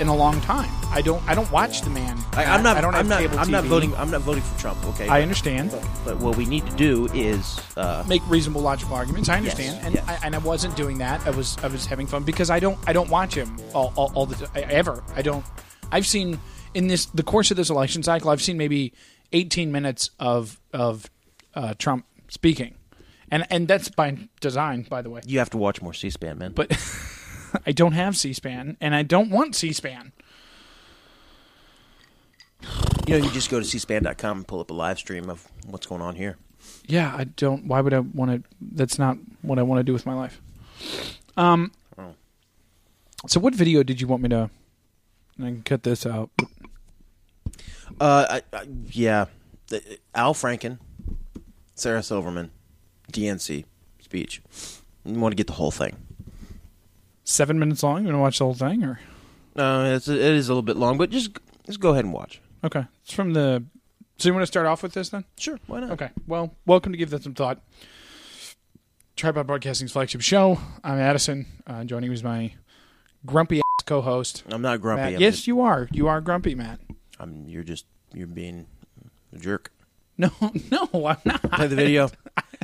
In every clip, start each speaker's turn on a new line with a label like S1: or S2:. S1: in a long time. I don't. I don't watch the man.
S2: I, I'm not.
S1: I
S2: I
S1: don't
S2: am
S1: have
S2: not.
S1: cable
S2: I'm not
S1: TV.
S2: voting. I'm not voting for Trump. Okay.
S1: I understand.
S2: but what we need to do is uh,
S1: Make reasonable, logical arguments. I understand, and
S2: yes.
S1: I, and I wasn't doing that. I was. I was having fun because I don't. I don't watch him all, all, all the I- ever. I don't. I've seen in this the course of this election cycle. I've seen maybe 18 minutes of of uh, Trump speaking, and and that's by design, by the way.
S2: you have to watch more C-SPAN, man.
S1: But I don't have C-SPAN, and I don't want C-SPAN.
S2: you know, you just go to cspan.com and pull up a live stream of what's going on here.
S1: yeah, I don't. Why would I want to? That's not what I want to do with my life. Um. So, what video did you want me to? I can cut this out.
S2: Uh, I, I, yeah, The- Al Franken, Sarah Silverman, DNC speech. You want to get the whole thing.
S1: Seven minutes long. You want to watch the whole thing, or
S2: Uh, it's, it is a little bit long, but just just go ahead and watch.
S1: okay? It's from the. So you want to start off with this then?
S2: Sure, why not?
S1: Okay. Well, welcome to Give That Some Thought. Tripod Broadcasting's flagship show. I'm Addison. Uh, joining me is my grumpy ass co-host.
S2: I'm not grumpy.
S1: Matt.
S2: I'm
S1: Yes,
S2: just,
S1: you are. You are grumpy, Matt.
S2: I'm, you're just you're being a jerk.
S1: No, no, I'm not.
S2: play the video.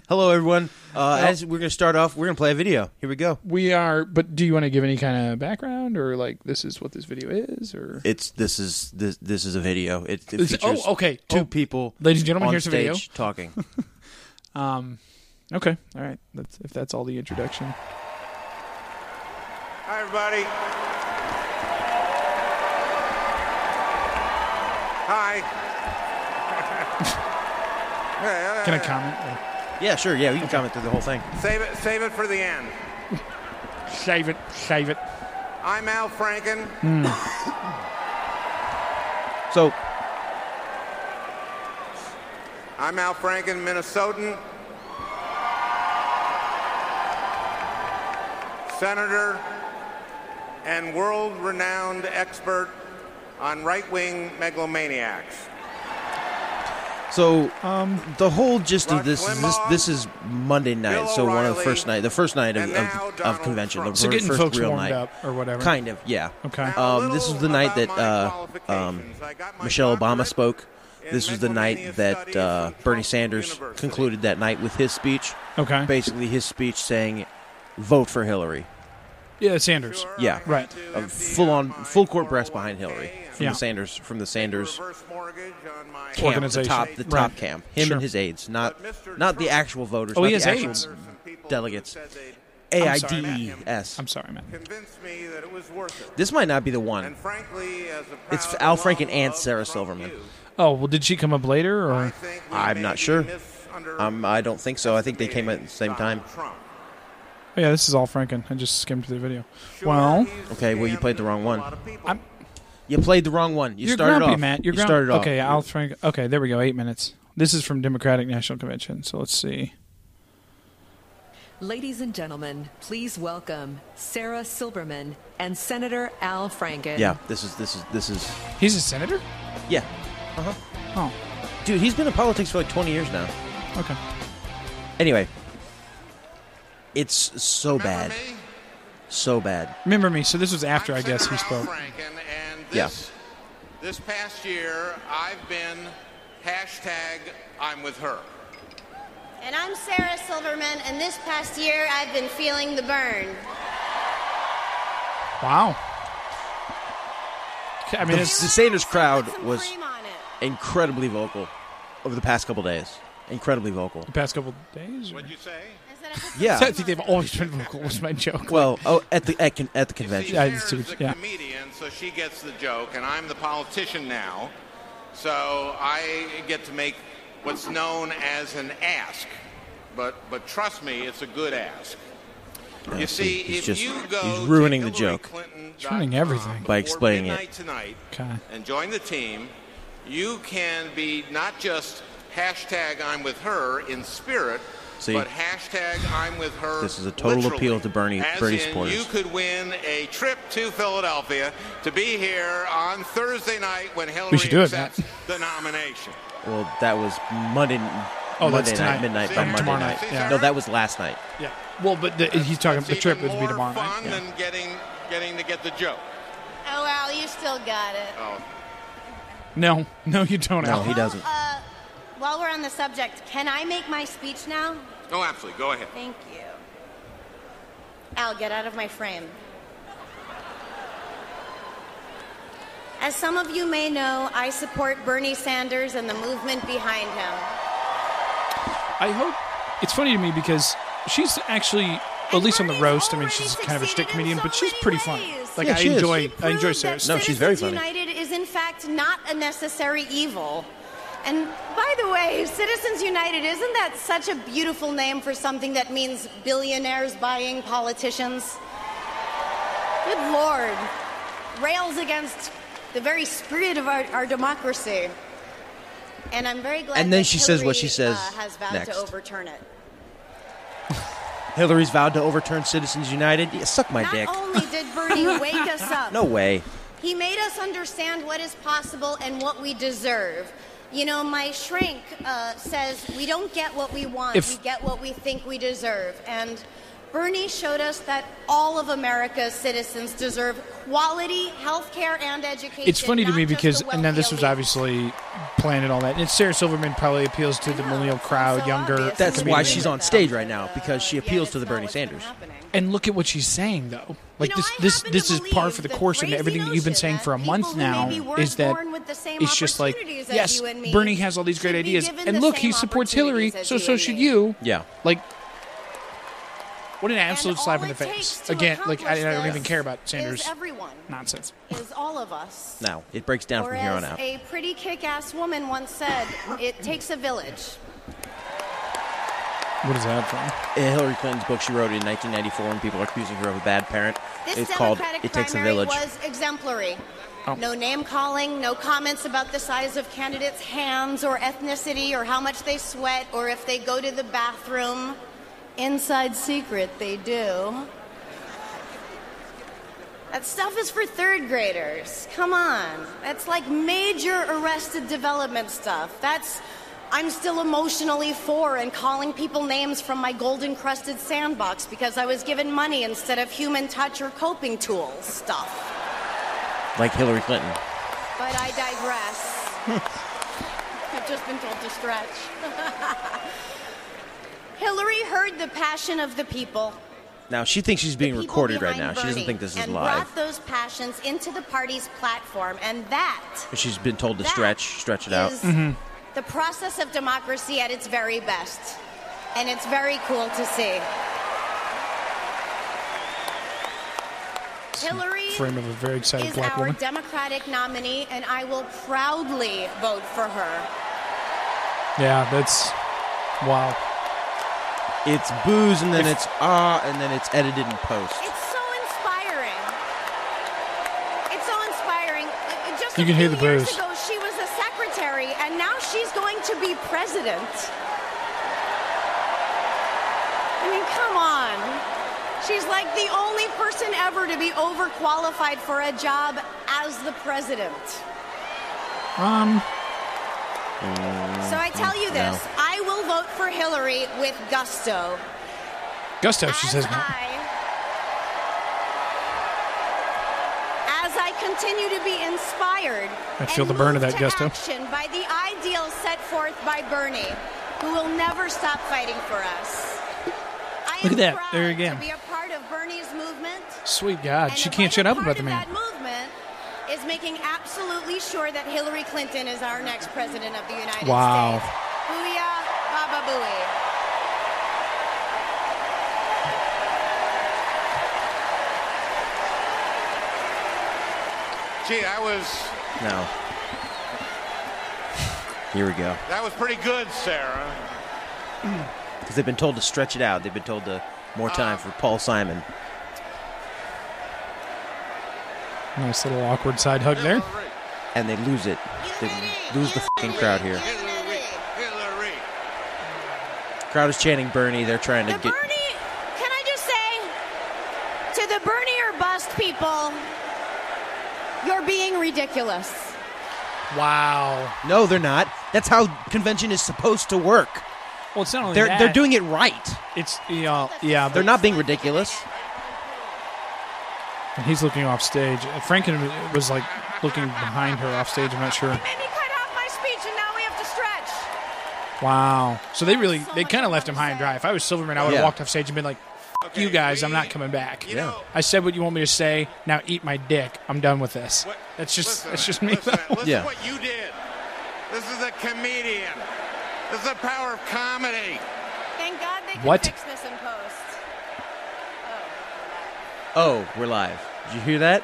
S2: Hello, everyone. Uh, as we're going to start off, we're going to play a video. Here we go.
S1: We are, but do you want to give any kind of background or like this is what this video is or?
S2: It's this is this this is a video. It, it
S1: It's- oh,
S2: features
S1: okay.
S2: two
S1: Oh,
S2: people,
S1: ladies and gentlemen,
S2: on
S1: here's the video.
S2: stage talking.
S1: Okay, all right. That's if that's all the introduction.
S3: Hi, everybody. Hi. Yeah,
S1: Can I comment?
S2: yeah, sure. Yeah, we can comment through the whole thing.
S3: Save it. Save it for the end.
S1: Shave it, shave it.
S3: I'm Al Franken.
S2: So,
S3: I'm Al Franken, Minnesotan. Senator and world-renowned expert on right-wing megalomaniacs.
S2: so um, the whole gist
S3: Rush
S2: of this is this
S3: Limbaugh,
S2: this is Monday night.
S3: Bill
S2: so one of the
S3: O'Reilly,
S2: first night, the first night of
S3: and now
S2: of, of
S3: Donald
S2: convention,
S3: Trump.
S2: the
S3: So
S2: ver-
S1: getting
S2: first
S1: folks
S2: real
S1: warmed
S2: night,
S1: up or whatever.
S2: Kind of, yeah.
S1: Okay.
S2: Um, this was the night that uh, um, Michelle Obama spoke.
S3: in
S2: This was the night
S3: megalomania
S2: that
S3: studies
S2: uh,
S3: from
S2: Bernie
S3: Trump
S2: Sanders
S3: University.
S2: concluded that night with his speech.
S1: Okay.
S2: Basically, his speech saying, "Vote for Hillary."
S1: Yeah, Sanders.
S2: Yeah.
S1: Right.
S2: A full-on, full-court press behind Hillary from
S1: Yeah.
S2: the Sanders, from the Sanders camp, the
S1: Organization.
S2: top, the
S1: Right.
S2: top camp. Him
S1: Sure.
S2: and his aides, not not the actual voters.
S1: Oh,
S2: not
S1: he has
S2: the actual
S1: aides.
S2: delegates. E
S1: I'm sorry,
S2: AIDS.
S1: I'm sorry, Matt.
S3: Convinced me that it was worth it.
S2: This might not be the one.
S3: And frankly, as a
S2: It's
S3: proud
S2: Al Franken
S3: alum
S2: and
S3: of
S2: Sarah
S3: Trump
S2: Silverman.
S3: U,
S1: Oh well, did she come up later
S3: I
S1: or?
S3: think we
S2: I'm
S3: may
S2: not
S3: be
S2: sure.
S3: misunder-
S2: Um, I don't think so. I think they came at the same time.
S3: Trump.
S1: Oh, yeah, this is all Franken. I just skimmed through the video.
S3: Sure,
S1: well,
S3: he's
S2: Okay, well, you
S3: scammed
S2: played the wrong
S3: a
S2: one.
S3: lot of people.
S1: I'm-
S2: You played the wrong one. You
S1: are
S2: started
S1: grumpy,
S2: off.
S1: Matt. You're
S2: you
S1: grumpy.
S2: started off.
S1: Okay, Al Franken. Okay, there we go. Eight minutes. This is from Democratic National Convention. So let's see.
S4: Ladies and gentlemen, please welcome Sarah Silverman and Senator Al Franken.
S2: Yeah, this is this is this is
S1: He's a senator.
S2: yeah.
S1: Oh,
S2: Dude, he's been in politics for like 20 years now.
S1: okay.
S2: Anyway, it's so bad,
S3: Remember me?
S2: so bad.
S1: Remember me. So this was after, I guess, he
S3: Senator Al
S1: spoke.
S3: Franken, and
S2: Yeah.
S3: this, this past year, I've been hashtag I'm with her.
S5: And I'm Sarah Silverman, and this past year I've been feeling the burn.
S1: Wow. I mean,
S2: The, the
S1: it's,
S2: Sanders crowd
S5: Put some
S2: was
S5: cream on it.
S2: incredibly vocal over the past couple days. Incredibly vocal.
S1: the past couple days. or-
S3: What'd you say?
S5: I said I put some
S2: Yeah.
S1: I think they've always been vocal. Was my joke.
S2: Well, oh, at the at, con- at the convention.
S1: Yeah, I
S3: Sarah's
S1: see what-
S3: a
S1: yeah.
S3: comedian, so she gets the joke, and I'm the politician now, so I get to make what's known as an ask. But but trust me, it's a good ask. You see,
S2: he's
S3: if
S2: just-
S3: you go,
S2: he's
S3: to
S2: ruining the
S3: Hillary
S2: joke.
S3: Clinton
S1: ruining everything.
S3: before
S2: By explaining it.
S3: midnight tonight,
S1: Okay.
S3: and join the team. you can be not just hashtag I'm with her in spirit,
S2: See?
S3: but hashtag I'm with her.
S2: This is a total
S3: literally.
S2: appeal to Bernie-
S3: As
S2: Bernie
S3: in,
S2: supporters.
S3: You could win a trip to Philadelphia to be here on Thursday night when Hillary
S1: should do it,
S3: accepts
S1: Matt.
S3: the nomination.
S2: Well, that was Monday.
S1: Oh,
S2: Monday
S1: that's
S2: night,
S1: tonight.
S2: midnight
S3: See
S2: by
S3: her
S2: Monday
S1: tomorrow
S2: night.
S1: night, yeah.
S2: No, that was last night.
S1: Yeah. Well, but the, he's talking.
S3: It's
S1: The trip
S3: even
S1: would be
S3: more
S1: tomorrow night.
S3: fun than getting getting to get the joke.
S5: Oh, well, you still got it.
S1: No, no, you don't.
S2: No,
S1: Al.
S2: he doesn't.
S5: Uh, while we're on the subject, can I make my speech now?
S3: Oh, absolutely. Go ahead.
S5: Thank you. Al, get out of my frame. As some of you may know, I support Bernie Sanders and the movement behind him.
S1: I hope it's funny to me because she's actually. At
S5: And
S1: least on the
S5: Bernie's
S1: roast, I mean,
S5: already
S1: she's kind of a shtick
S5: succeeded in
S1: comedian,
S5: so
S1: but she's
S5: many
S1: pretty funny.
S5: ways.
S1: Like
S2: Yeah,
S1: I
S2: she is.
S1: enjoy,
S2: She
S1: I enjoy
S5: Prove
S1: Sarah.
S5: that
S2: No, she's very
S5: Citizens
S2: funny.
S5: United is in fact not a necessary evil. And by the way, Citizens United isn't that such a beautiful name for something that means billionaires buying politicians? Good lord. Rails against the very spirit of our, our democracy. And I'm very glad.
S2: And then
S5: that
S2: she says what
S5: Hillary,
S2: she says
S5: uh, has vowed
S2: next.
S5: to overturn it.
S2: Hillary's vowed to overturn Citizens United. Yeah, suck my
S5: Not
S2: dick.
S5: only did Bernie wake us up.
S2: No way.
S5: He made us understand what is possible and what we deserve. You know, my shrink uh, says we don't get what we want,
S1: If-
S5: we get what we think we deserve. And Bernie showed us that all of America's citizens deserve quality health care and education.
S1: It's funny to
S5: not
S1: me
S5: just
S1: because,
S5: the
S1: and now this
S5: wealthy
S1: was
S5: elite.
S1: obviously planned and all that. And Sarah Silverman probably appeals to the
S5: No,
S1: millennial
S5: it's
S1: crowd,
S5: so
S1: younger.
S5: obvious.
S2: That's
S5: We
S2: why
S5: agree
S2: she's
S5: with
S2: on
S5: that,
S2: stage right
S5: but,
S2: now,
S5: uh,
S2: because she
S5: yet
S2: appeals
S5: it's
S2: to the
S5: not
S2: Bernie
S5: what's been
S2: Sanders.
S5: happening.
S1: And look at what she's saying, though. Like
S5: know,
S1: this,
S5: I
S1: this,
S5: happen
S1: this
S5: to
S1: is par for the
S5: believe
S1: course,
S5: the
S1: and everything
S5: crazy
S1: you've been saying
S5: notion
S1: for a
S5: that
S1: month
S5: people who
S1: now
S5: maybe weren't
S1: is that
S5: born with the same
S1: it's just like,
S5: opportunities as
S1: yes,
S5: you and me
S1: Bernie has all these great
S5: should be
S1: ideas,
S5: given
S1: and
S5: the
S1: look,
S5: same
S1: he supports Hillary,
S5: opportunities
S1: so
S5: as
S1: so
S5: you and
S1: should
S5: me.
S1: you.
S2: Yeah.
S1: Like, what an absolute
S5: And
S1: slap
S5: all
S1: in the
S5: it takes
S1: face!
S5: to
S1: Again, like I, I don't
S5: accomplish
S1: even care about
S5: this
S1: Sanders'
S5: Is everyone
S1: nonsense.
S5: is all of us.
S2: Now, it breaks down
S5: Or
S2: from here
S5: as
S2: on out.
S5: a pretty kick-ass woman once said, "It takes a village."
S1: What is that from?
S2: In Hillary Clinton's book she wrote in 1994, and people are accusing her of a bad parent.
S5: This
S2: it's called
S5: Democratic
S2: It Takes a
S5: primary
S2: Village.
S5: was exemplary.
S1: Oh.
S5: No name calling, no comments about the size of candidates' hands or ethnicity or how much they sweat or if they go to the bathroom. Inside secret, they do. That stuff is for third graders. Come on. That's like major arrested development stuff. That's I'm still emotionally for and calling people names from my gold encrusted sandbox because I was given money instead of human touch or coping tools stuff.
S2: like Hillary Clinton.
S5: But I digress. I've just been told to stretch. Hillary heard the passion of the people.
S2: Now, she thinks she's being
S5: the people
S2: recorded right now.
S5: behind
S2: She doesn't
S5: Bernie
S2: think this is
S5: and
S2: live.
S5: brought those passions into the party's platform, and that
S2: She's been told to
S5: that
S2: stretch, stretch it out.
S5: is
S1: Mm-hmm.
S5: The process of democracy at its very best, and it's very cool to see. Hillary
S1: Frame of a very excited
S5: is
S1: black
S5: our
S1: woman.
S5: Democratic nominee, and I will proudly vote for her.
S1: Yeah, that's wow.
S2: It's booze, and then it's ah, and then it's edited in post.
S5: It's so inspiring. It's so inspiring. Uh, Just
S1: You
S5: a
S1: can
S5: few
S1: hear the
S5: years
S1: booze.
S5: ago, she was a secretary, and now she's going to be president. I mean, come on. She's like the only person ever to be overqualified for a job as the president.
S1: Um,
S5: So I tell you
S2: no.
S5: this, I will vote for Hillary with gusto.
S1: Gusto, she says.
S5: As I, as I continue to be inspired,
S1: I feel
S5: and
S1: the burn of
S5: moved
S1: that
S5: to
S1: gusto.
S5: Action by the ideals set forth by Bernie, who will never stop fighting for us. I am
S1: Look at that.
S5: proud
S1: There again.
S5: To be a part of Bernie's movement.
S1: Sweet God,
S5: and
S1: she
S5: a
S1: can't shut
S5: vital
S1: up
S5: part
S1: about
S5: of
S1: the man.
S5: That movement is making absolutely sure that Hillary Clinton is our next president of the United
S1: Wow.
S5: States. Booyah, baba booey.
S3: Gee, that was
S2: No. Here we go.
S3: that was pretty good, Sarah.
S2: Because they've been told to stretch it out. They've been told to more time
S5: Uh,
S2: for Paul Simon.
S1: Nice little awkward side hug there.
S3: All right.
S2: and they lose it. They lose the fucking crowd here.
S3: Hillary, Hillary.
S2: Crowd is chanting Bernie. They're trying to
S5: The
S2: get.
S5: Bernie, can I just say to the Bernie or bust people, you're being ridiculous.
S1: Wow.
S2: No, they're not. That's how convention is supposed to work.
S1: Well, it's not only
S2: They're
S1: that,
S2: they're doing it right.
S1: It's yeah, yeah.
S2: They're not being ridiculous.
S1: And he's looking off stage. Franken was like looking behind her off stage. I'm not sure.
S5: You made me cut off my speech, and now we have to stretch.
S1: Wow. So they really they kind of left him high and dry. If I was Silverman, I would have
S2: Yeah.
S1: walked off stage and been like, "Fuck you guys, I'm not coming back."
S2: Yeah.
S1: I said what you want me to say. Now eat my dick. I'm done with this.
S3: What-
S1: That's just
S3: listen
S1: that's
S3: to
S1: just
S3: that.
S1: me.
S3: Listen, to that.
S1: though.
S3: listen
S2: Yeah.
S3: to what you did. This is a comedian. This is the power of comedy.
S5: Thank God they can
S1: What?
S5: fix this in post.
S2: Oh, we're live. Did you hear that?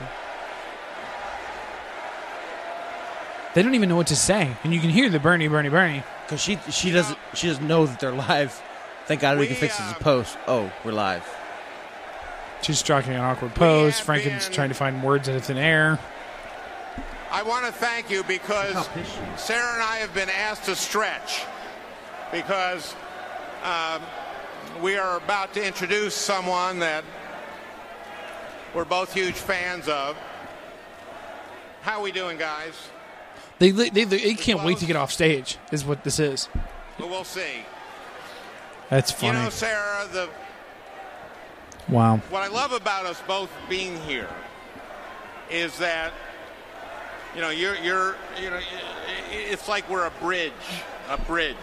S1: They don't even know what to say, and you can hear the Bernie, Bernie, Bernie.
S2: Because she she doesn't she doesn't know that they're live. Thank God we, can
S3: We,
S2: fix this
S3: um,
S2: post. Oh, we're live.
S1: She's rocking an awkward pose.
S3: have
S1: Franken's
S3: been-
S1: trying to find words out of thin air.
S3: I want to thank you because Sarah and I have been asked to stretch because um, we are about to introduce someone that we're both huge fans of. How we doing, guys?
S1: They they, they, they can't wait to get off stage. Is what this is.
S3: Well, we'll see.
S1: That's
S3: You
S1: funny.
S3: know, Sarah, the
S1: wow.
S3: what I love about us both being here is that you know you're you're you know i- i- it's like we're a bridge, a bridge.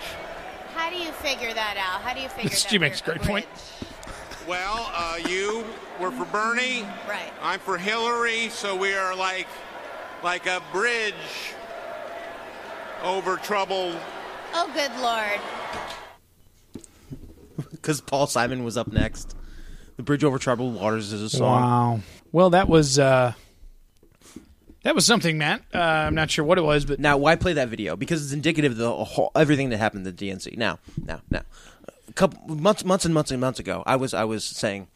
S5: How do you figure that out? How do you figure that
S1: She makes
S5: we're
S1: a great point.
S5: bridge?
S3: Well, uh, you were for Bernie,
S5: Right.
S3: I'm for Hillary, so we are like like a bridge over troubled
S5: Oh, good lord.
S2: Because Paul Simon was up next. The Bridge Over Troubled Waters is a song.
S1: Wow. Well, that was uh, that was something, Matt. Uh, I'm not sure what it was, but
S2: Now, why play that video? Because it's indicative of the whole, everything that happened at the DNC. Now, now, now, a couple months, months and months and months ago, I was, I was saying,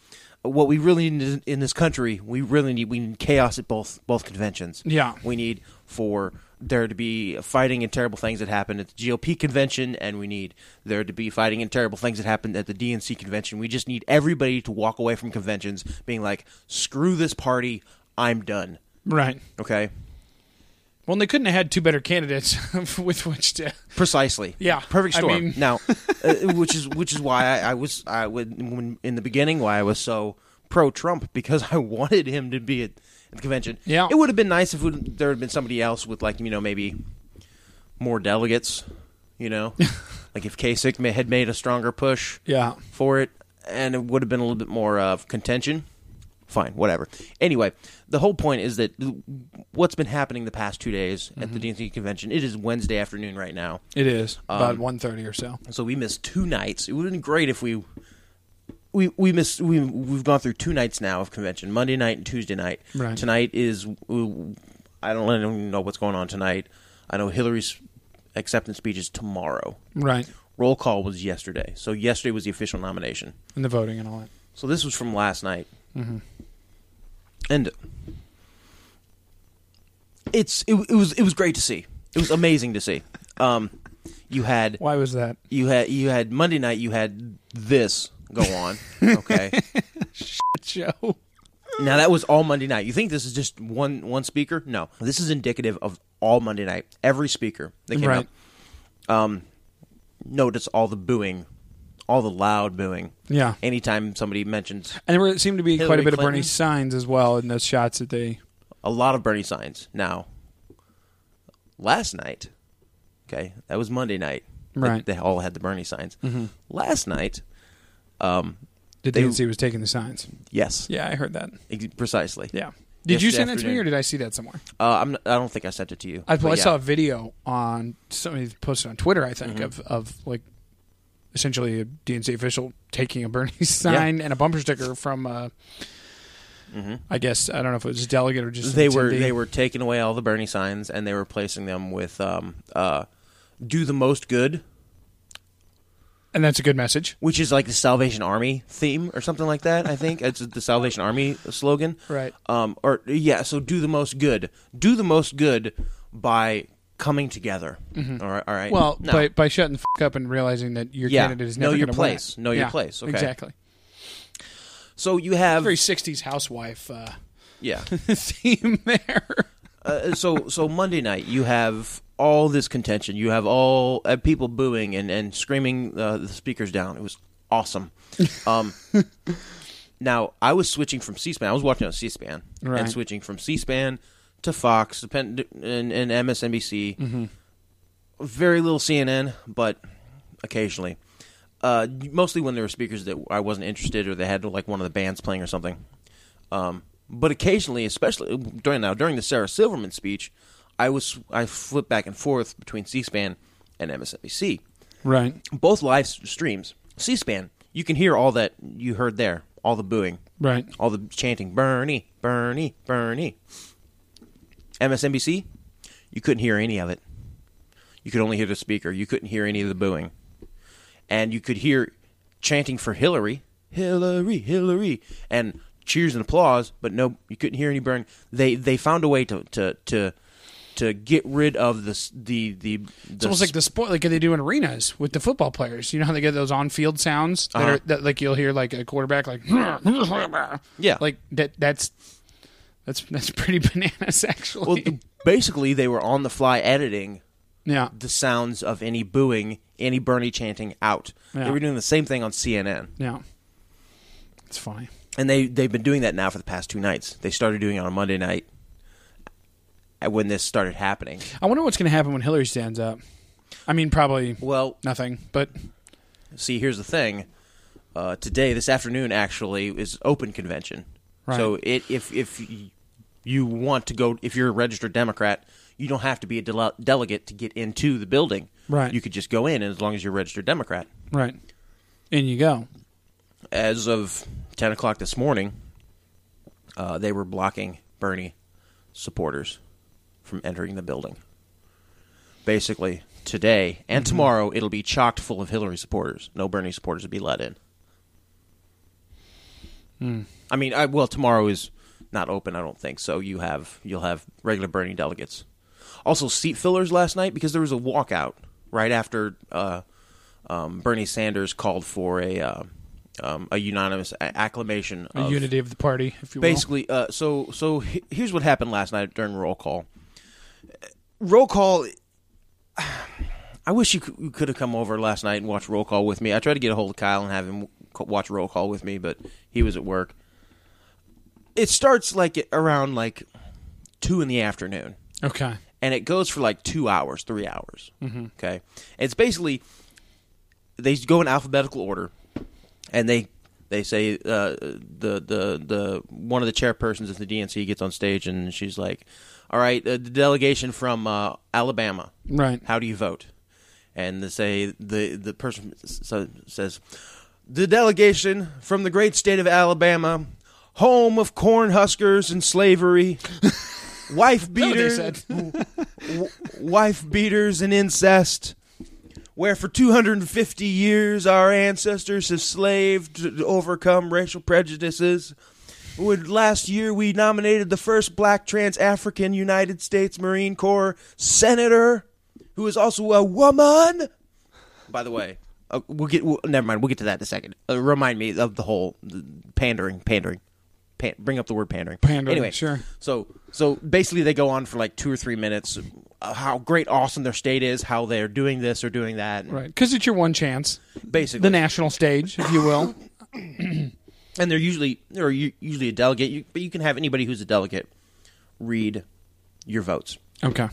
S2: what we really need in this country, we really need, we need chaos at both both conventions.
S1: Yeah.
S2: we need for there to be fighting and terrible things that happened at the GOP convention, and we need there to be fighting and terrible things that happened at the DNC convention. We just need everybody to walk away from conventions being like, screw this party, I'm done.
S1: right.
S2: Okay,
S1: Well, they couldn't have had two better candidates with which to.
S2: Precisely.
S1: Yeah,
S2: Perfect
S1: I
S2: storm.
S1: mean-
S2: now, uh, which is which is why I, I was I would when, in the beginning why I was so pro Trump because I wanted him to be at, at the convention.
S1: Yeah.
S2: It would have been nice if it- there had been somebody else with like you know maybe more delegates. You know, like if Kasich may, had made a stronger push
S1: Yeah.
S2: for it, and it would have been a little bit more of contention. Fine, whatever. Anyway, the whole point is that what's been happening the past two days
S1: Mm-hmm.
S2: at the DNC convention. It is Wednesday afternoon right now,
S1: It is about
S2: Um,
S1: 1:30 or so.
S2: so we missed two nights. It would have been great if we we we missed we we've gone through two nights now of convention, Monday night and Tuesday night.
S1: Right.
S2: Tonight is uh, I don't I don't know what's going on tonight. I know Hillary's acceptance speech is tomorrow.
S1: Right.
S2: Roll call was yesterday. So yesterday was the official nomination.
S1: And the voting and all that.
S2: So this was from last night. And it's it, it was it was great to see. It was amazing to see. Um you had
S1: Why was that?
S2: you had you had Monday night. You had this go on. Okay.
S1: Joe.
S2: now that was all Monday night. You think this is just one one speaker? No, this is indicative of all Monday night. Every speaker that came
S1: Right.
S2: out. Um, notice all the booing, all the loud booing.
S1: Yeah.
S2: Anytime somebody mentions
S1: And there seemed to be quite a
S2: Hillary
S1: bit of
S2: Clinton.
S1: Bernie signs as well in those shots that they.
S2: a lot of Bernie signs. Now, last night, okay, that was Monday night. They-
S1: Right. Mm-hmm.
S2: They, all had the Bernie signs. Last night,
S1: The
S2: They-
S1: DNC was taking the signs.
S2: yes,
S1: Yeah, I heard that.
S2: ex- precisely.
S1: Yeah. Did you
S2: Yesterday
S1: send that to me,
S2: afternoon.
S1: or did I see that somewhere?
S2: Uh, I'm. Not, I don't think I sent it to you.
S1: I,
S2: but
S1: I
S2: yeah. Mm-hmm.
S1: saw a video on somebody posted on Twitter, I think, of, of like essentially a DNC official taking a Bernie sign and a bumper sticker from, uh, I guess I don't know if it was a delegate or just an
S2: Mm-hmm. they were
S1: attendee.
S2: they were taking away all the Bernie signs and they were replacing them with um uh do the most good
S1: and that's a good message.
S2: which is like the Salvation Army theme or something like that. I think it's the Salvation Army slogan,
S1: Right.
S2: Um, or yeah, so do the most good, do the most good by coming together. All right, all right.
S1: Mm-hmm. Well,
S2: No.
S1: by by shutting the fuck up and realizing that your
S2: Yeah.
S1: candidate is
S2: Know
S1: never
S2: your
S1: gonna
S2: place.
S1: Win.
S2: Know your place. Okay.
S1: Exactly.
S2: so you have
S1: Very '60s housewife uh,
S2: yeah.
S1: theme there.
S2: Uh, so so Monday night you have all this contention. You have all uh, people booing and and screaming uh, the speakers down. It was awesome. Um, now I was switching from C-SPAN. I was watching on C-SPAN
S1: Right.
S2: and switching from C-SPAN to Fox depend- and, and MSNBC. Very little CNN, but occasionally. Uh, mostly when there were speakers that I wasn't interested or they had like one of the bands playing or something. Um, but occasionally, especially uh, during now during the Sarah Silverman speech, I was I flipped back and forth between C-SPAN and MSNBC.
S1: Right.
S2: Both live s- streams, C-SPAN, you can hear all that you heard there, all the booing,
S1: Right.
S2: all the chanting, Bernie, Bernie, Bernie. MSNBC, you couldn't hear any of it. You could only hear the speaker. You couldn't hear any of the booing, and you could hear chanting for Hillary, Hillary, Hillary, and cheers and applause. But no, you couldn't hear any burn. They they found a way to to to, to get rid of the s- the the. the
S1: It's almost like the sport, like they do in arenas with the football players. You know how they get those on-field sounds that
S2: Uh-huh.
S1: are that like you'll hear like a quarterback like
S2: Yeah.
S1: like that. That's that's that's pretty bananas actually.
S2: well, th- basically they were on the fly editing
S1: yeah,
S2: the sounds of any booing, any Bernie chanting out. They
S1: Yeah.
S2: were doing the same thing on CNN.
S1: yeah. It's funny.
S2: and they they've been doing that now for the past two nights. They started doing it on Monday night uh, when this started happening.
S1: I wonder what's going to happen when Hillary stands up. I mean, probably
S2: Well,
S1: nothing, but
S2: see, here's the thing. Uh, today, this afternoon, actually, is open convention.
S1: Right.
S2: So it if if y- you want to go, if you're a registered Democrat, you don't have to be a dele- delegate to get into the building.
S1: Right.
S2: You could just go in, and as long as you're a registered Democrat.
S1: right. In you go.
S2: As of ten o'clock this morning, uh, they were blocking Bernie supporters from entering the building. Basically, today and tomorrow, it'll be chocked full of Hillary supporters. No Bernie supporters will be let in. I mean, I, well, tomorrow is not open. I don't think so. You have you'll have regular Bernie delegates. Also, seat fillers last night because there was a walkout right after uh, um, Bernie Sanders called for a uh, um, a unanimous a- acclamation
S1: A
S2: of
S1: unity of the party, if you will.
S2: basically uh, so so he- here's what happened last night during roll call roll call i wish you could, you could have come over last night and watched roll call with me i tried to get a hold of kyle and have him co- watch roll call with me but he was at work it starts like at- around like two in the afternoon
S1: Okay.
S2: and it goes for like two hours, three hours. Mm-hmm. Okay, it's basically they go in alphabetical order, and they they say uh, the the the one of the chairpersons of the DNC gets on stage and she's like, "All right, uh, the delegation from uh, Alabama,
S1: Right.
S2: How do you vote?" And they say the the person so, says, "The delegation from the great state of Alabama." Home of corn huskers and slavery, wife
S1: what they
S2: beaters,
S1: said.
S2: w- wife beaters and incest, where for 250 years our ancestors have slaved to overcome racial prejudices. Would last year we nominated the first black trans African United States Marine Corps senator, who is also a woman. By the way, uh, we'll get. We'll, never mind. We'll get to that in a second. Uh, remind me of the whole the pandering, pandering. Pan, bring up the word pandering.
S1: Pandering,
S2: Anyway,
S1: sure.
S2: So, so basically, they go on for like two or three minutes. uh, How great, awesome their state is. How they're doing this or doing that.
S1: Right. Because it's your one chance.
S2: Basically,
S1: The national stage, if you will.
S2: and they're usually they're u- usually a delegate, you, but you can have anybody who's a delegate read your votes.
S1: Okay.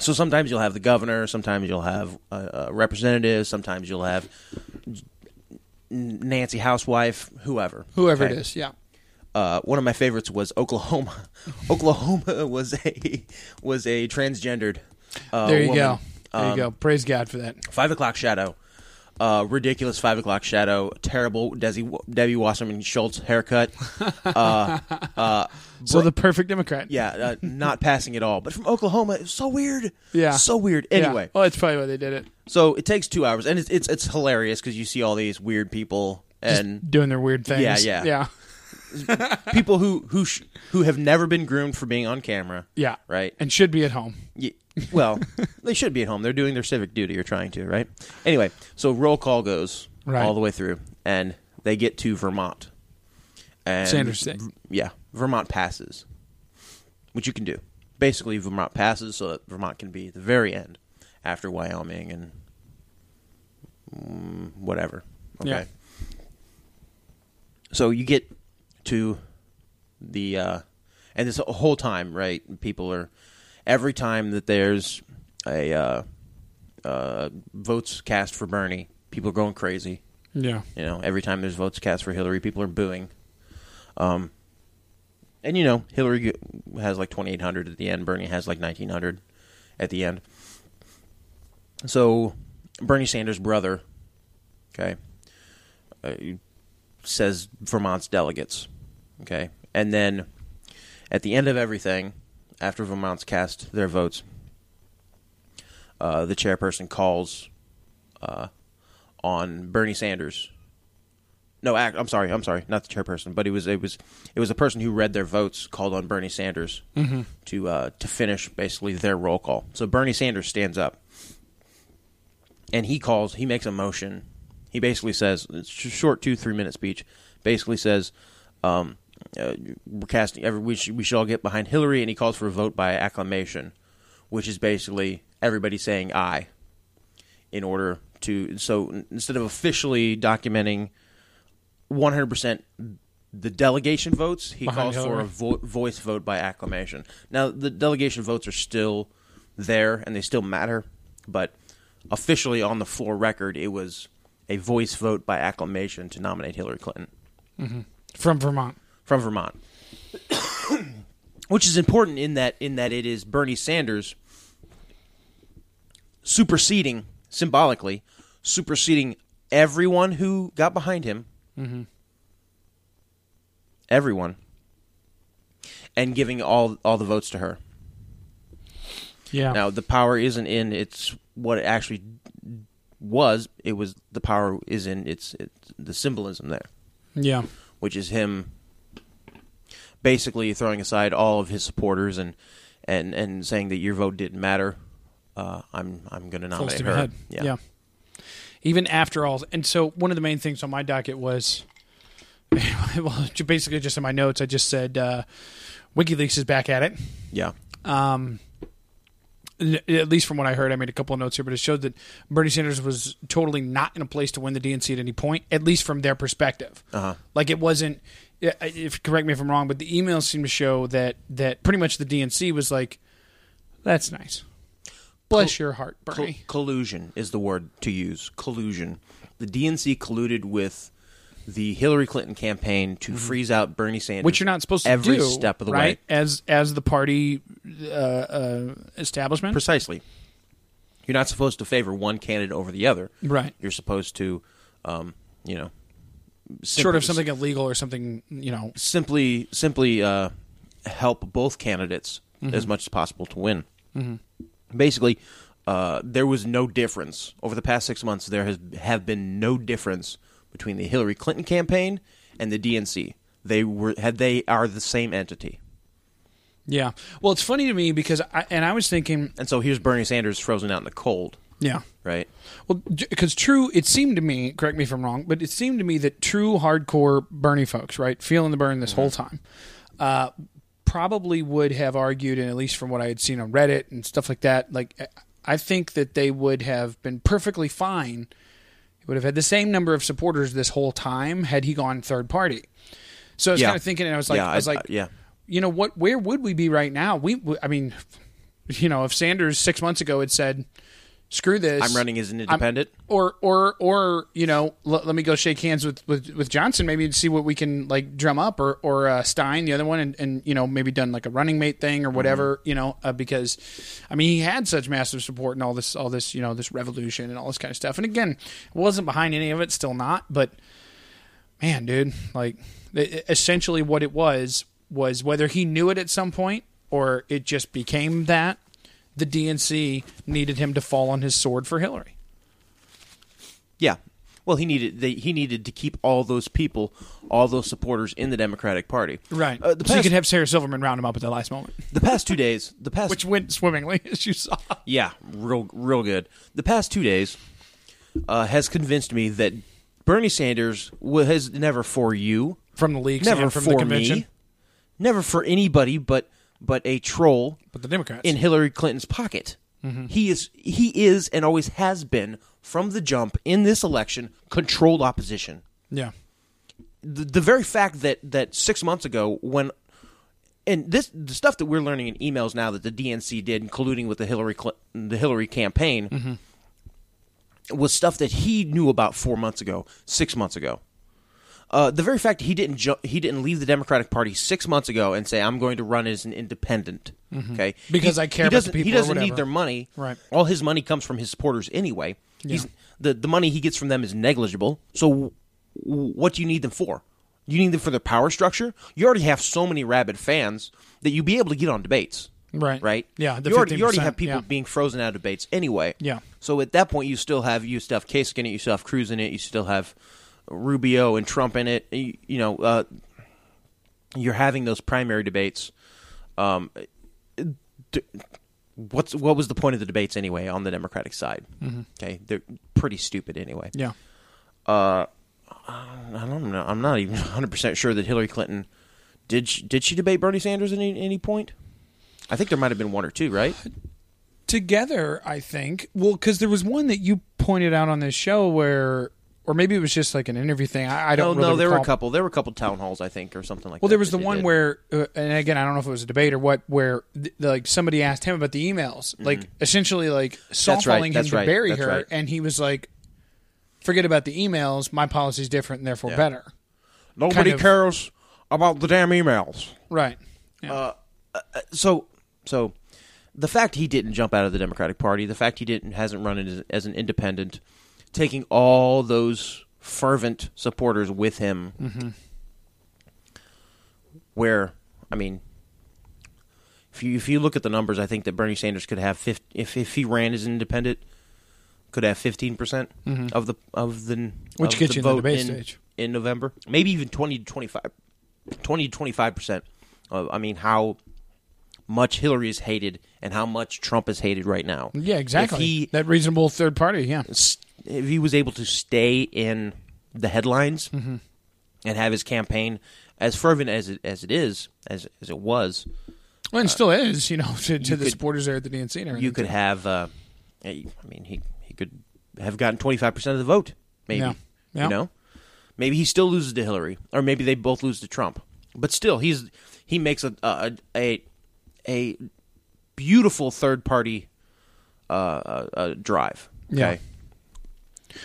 S2: So sometimes you'll have the governor, sometimes you'll have a, a representative, sometimes you'll have N- Nancy Housewife, whoever,
S1: Whoever
S2: Okay?
S1: it is, yeah.
S2: Uh, one of my favorites was Oklahoma. Oklahoma was a was a transgendered. Uh,
S1: There you
S2: woman. Um,
S1: go. There you go. Praise God for that.
S2: Five o'clock shadow. Uh, ridiculous five o'clock shadow. Terrible Desi, Debbie Wasserman Schultz haircut.
S1: So the perfect Democrat.
S2: Yeah, uh, not passing at all. But from Oklahoma, it was so weird.
S1: Yeah.
S2: so weird.
S1: Yeah. Uh,
S2: Anyway,
S1: Well, that's probably why they did it.
S2: So it takes two hours, and it's it's, it's hilarious because you see all these weird people and
S1: doing their weird things.
S2: Yeah, yeah.
S1: yeah.
S2: people who who sh- who have never been groomed for being on camera.
S1: Yeah.
S2: Right.
S1: And should be at home.
S2: Ye- well, they should be at home. They're doing their civic duty or trying to, right? Anyway, so roll call goes
S1: Right.
S2: all the way through, and they get to Vermont. And
S1: Sanders State.
S2: Yeah, Vermont passes, which you can do. Basically, Vermont passes so that Vermont can be at the very end after Wyoming and mm, whatever. Okay.
S1: Yeah.
S2: So you get to the uh, and this whole time, right? People are every time that there's a uh, uh, votes cast for Bernie, people are going crazy.
S1: Yeah.
S2: You know, every time there's votes cast for Hillary, people are booing. Um, and you know, Hillary g- has like 2,800 at the end. Bernie has like 1,900 at the end. So, Bernie Sanders' brother, okay, uh, says Vermont's delegates, okay, and then at the end of everything, after Vermont's cast their votes, uh, the chairperson calls uh, on Bernie Sanders. No, act, I'm sorry, I'm sorry, not the chairperson, but it was it was it was the person who read their votes called on Bernie Sanders to uh, to finish basically their roll call. So Bernie Sanders stands up and he calls he makes a motion he basically says it's a short two three minute speech basically says um, uh, we're casting every, we, should, we should all get behind hillary and he calls for a vote by acclamation which is basically everybody saying aye in order to so n- instead of officially documenting 100% the delegation votes he
S1: Behind
S2: calls for
S1: Hillary.
S2: a vo- voice vote by acclamation now the delegation votes are still there and they still matter but officially on the floor record it was a voice vote by acclamation to nominate hillary clinton
S1: From Vermont.
S2: from Vermont, which is important in that in that it is Bernie Sanders superseding symbolically, superseding everyone who got behind him, everyone, and giving all all the votes to her.
S1: Yeah.
S2: Now the power isn't in it's what it actually was. It was the power is in its, it's the symbolism there
S1: Yeah.
S2: which is him basically throwing aside all of his supporters and and and saying that your vote didn't matter. Uh, I'm I'm going to
S1: Full
S2: nominate
S1: steam
S2: her.
S1: ahead. Yeah. Even after all, and so one of the main things on my docket was, well, ju- basically just in my notes, I just said uh, WikiLeaks is back at it.
S2: yeah,
S1: N- At least from what I heard, I made a couple of notes here, but it showed that Bernie Sanders was totally not in a place to win the DNC at any point, at least from their perspective. Uh-huh. Like it wasn't. yeah, I- If correct me if I'm wrong, but the emails seem to show that that pretty much the DNC was like, "That's nice, bless your heart,
S2: Col-
S1: Bernie."
S2: collusion is the word to use. Collusion. The DNC colluded with the Hillary Clinton campaign to freeze out Bernie Sanders,
S1: Mm-hmm. which you're not supposed to
S2: every
S1: do
S2: step of the
S1: right?
S2: way.
S1: as as the party uh, uh, establishment.
S2: Precisely. You're not supposed to favor one candidate over the other.
S1: Right.
S2: You're supposed to, um, you know,
S1: Short of
S2: simply-
S1: something illegal or something, you know.
S2: simply simply uh, help both candidates as
S1: Mm-hmm.
S2: much as possible to win. Basically, uh, there was no difference over the past six months. There has have been no difference between the Hillary Clinton campaign and the DNC. They were had they are the same entity.
S1: Yeah. Well, it's funny to me because I and I was thinking,
S2: And so here's Bernie Sanders frozen out in the cold,
S1: yeah.
S2: right?
S1: Well, because true, it seemed to me. Correct me if I'm wrong, but it seemed to me that true hardcore Bernie folks, right, feeling the burn this
S2: Mm-hmm.
S1: whole time, uh, probably would have argued, and at least from what I had seen on Reddit and stuff like that, like I- I think that they would have been perfectly fine. He would have had the same number of supporters this whole time had he gone third party. So I was
S2: Yeah.
S1: kind of thinking, and I was like,
S2: Yeah,
S1: I was
S2: I-
S1: like,
S2: I- yeah.
S1: you know what? Where would we be right now? We, we- I mean, you know, if Sanders six months ago had said, "Screw this,
S2: I'm running as an
S1: I'm-
S2: independent."
S1: or or or you know, l- let me go shake hands with, with with Johnson, maybe and see what we can like drum up, or or uh, Stein, the other one, and, and you know maybe done like a running mate thing or whatever, you know, uh, because I mean he had such massive support and all this all this you know this revolution and all this kind of stuff, and again, wasn't behind any of it, still not, but man, dude, like e- essentially what it was was whether he knew it at some point or it just became that the DNC needed him to fall on his sword for Hillary.
S2: Yeah. Well, he needed they, he needed to keep all those people, all those supporters in the Democratic Party.
S1: Right.
S2: Uh, the
S1: so you
S2: past-
S1: could have Sarah Silverman round him up at the last moment,
S2: the past two days. The past
S1: which went swimmingly, as you saw.
S2: yeah, real real good. The past two days uh, has convinced me that Bernie Sanders wa- has never for you,
S1: From the leaks
S2: never
S1: and from
S2: for
S1: the convention.
S2: me, never for anybody, but but a troll
S1: But the Democrats. Mm-hmm.
S2: in Hillary Clinton's pocket. He is he is and always has been from the jump in this election controlled opposition
S1: yeah.
S2: the, the very fact that that six months ago when and this the stuff that we're learning in emails now that the DNC did, colluding with the Hillary Cl- the Hillary campaign,
S1: Mm-hmm.
S2: was stuff that he knew about four months ago, six months ago. Uh, the very fact he didn't ju- he didn't leave the Democratic Party six months ago and say I'm going to run as an independent, okay?
S1: Mm-hmm. Because
S2: He-
S1: I care
S2: He
S1: about the
S2: doesn't,
S1: people
S2: he
S1: or
S2: doesn't
S1: whatever.
S2: need their money.
S1: Right.
S2: All his money comes from his supporters anyway. He's, the the money he gets from them is negligible. So w- what do you need them for? You need them for their power structure. You already have so many rabid fans that you'd be able to get on debates.
S1: Right.
S2: Right.
S1: Yeah, the
S2: You already, you already
S1: 15%,
S2: have people
S1: yeah.
S2: being frozen out of debates anyway.
S1: Yeah.
S2: So at that point, you still have you still have Kasich in it, you still have Cruz in it, you still have Rubio and Trump in it. You, you know, uh, you're having those primary debates. Um, d- what's what was the point of the debates anyway on the Democratic side? Okay, they're pretty stupid anyway.
S1: Mm-hmm. Yeah.
S2: I don't know. I'm not even 100 percent sure that Hillary Clinton did she, did she debate Bernie Sanders at any, any point? I think there might have been one or two, right?
S1: together i think well because there was one that you pointed out on this show where or maybe it was just like an interview thing i, I
S2: No,
S1: don't really
S2: no, there were a
S1: recall.
S2: couple. There were a couple town halls, I think, or something like that.
S1: well there was
S2: that
S1: the
S2: they
S1: one
S2: did.
S1: where uh, and again i don't know if it was a debate or what where th- like somebody asked him about the emails like essentially like softballing
S2: right,
S1: him
S2: Mm-hmm. that's
S1: to
S2: right,
S1: bury
S2: that's
S1: her
S2: right.
S1: and he was like forget about the emails my policy's different and therefore better
S2: nobody
S1: kind of-
S2: cares about the damn emails.
S1: right
S2: So, so the fact he didn't jump out of the Democratic Party, the fact he didn't hasn't run as, as an independent, taking all those fervent supporters with him,
S1: Mm-hmm.
S2: where I mean. If you, if you look at the numbers, I think that Bernie Sanders could have 50, if if he ran as an independent, could have fifteen percent of the of the
S1: Mm-hmm. Which
S2: of
S1: gets you in the
S2: vote
S1: debate stage.
S2: in November, maybe even 20 to 25 20 to 25 percent. Of, I mean, how much Hillary is hated and how much Trump is hated right now.
S1: yeah exactly
S2: If he
S1: that reasonable third party yeah
S2: s- if he was able to stay in the headlines
S1: Mm-hmm.
S2: and have his campaign as fervent as it as it is as as it was,
S1: well, and still is you know to, to the
S2: uh, could-
S1: supporters there at the dnc and
S2: you
S1: everything.
S2: could have. Uh, I mean, he he could have gotten 25 percent of the vote, maybe.
S1: Yeah. Yeah.
S2: You know, maybe he still loses to Hillary, or maybe they both lose to Trump. But still, he's he makes a a a, a beautiful third party uh, uh, uh, drive.
S1: Yeah.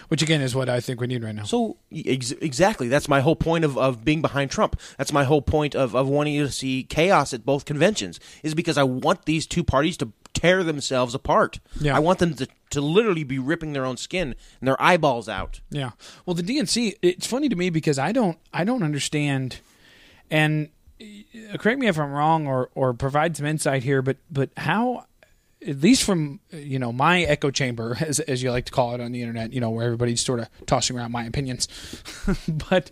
S1: which again is what i think we need right now
S2: So e, ex- exactly, that's my whole point of, of being behind Trump. That's my whole point of, of wanting to see chaos at both conventions is because I want these two parties to tear themselves apart.
S1: Yeah.
S2: I want them to, to literally be ripping their own skin and their eyeballs out.
S1: Yeah. Well, the DNC. It's funny to me because I don't. I don't understand. And uh, correct me if I'm wrong, or or provide some insight here. But but how, at least from uh, you know my echo chamber, as as you like to call it on the internet, you know where everybody's sort of tossing around my opinions. but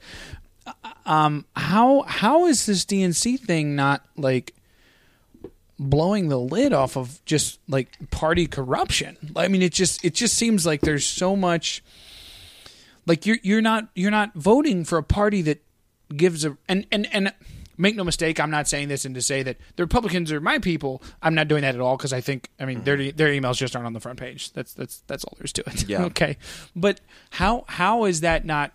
S1: uh, um, how how is this DNC thing not like? blowing the lid off of just like party corruption. I mean it just it just seems like there's so much like you're you're not you're not voting for a party that gives a and and and make no mistake i'm not saying this and to say that the republicans are my people i'm not doing that at all because i think i mean their their emails just aren't on the front page that's that's that's all there's to it
S2: Yeah.
S1: okay but how how is that not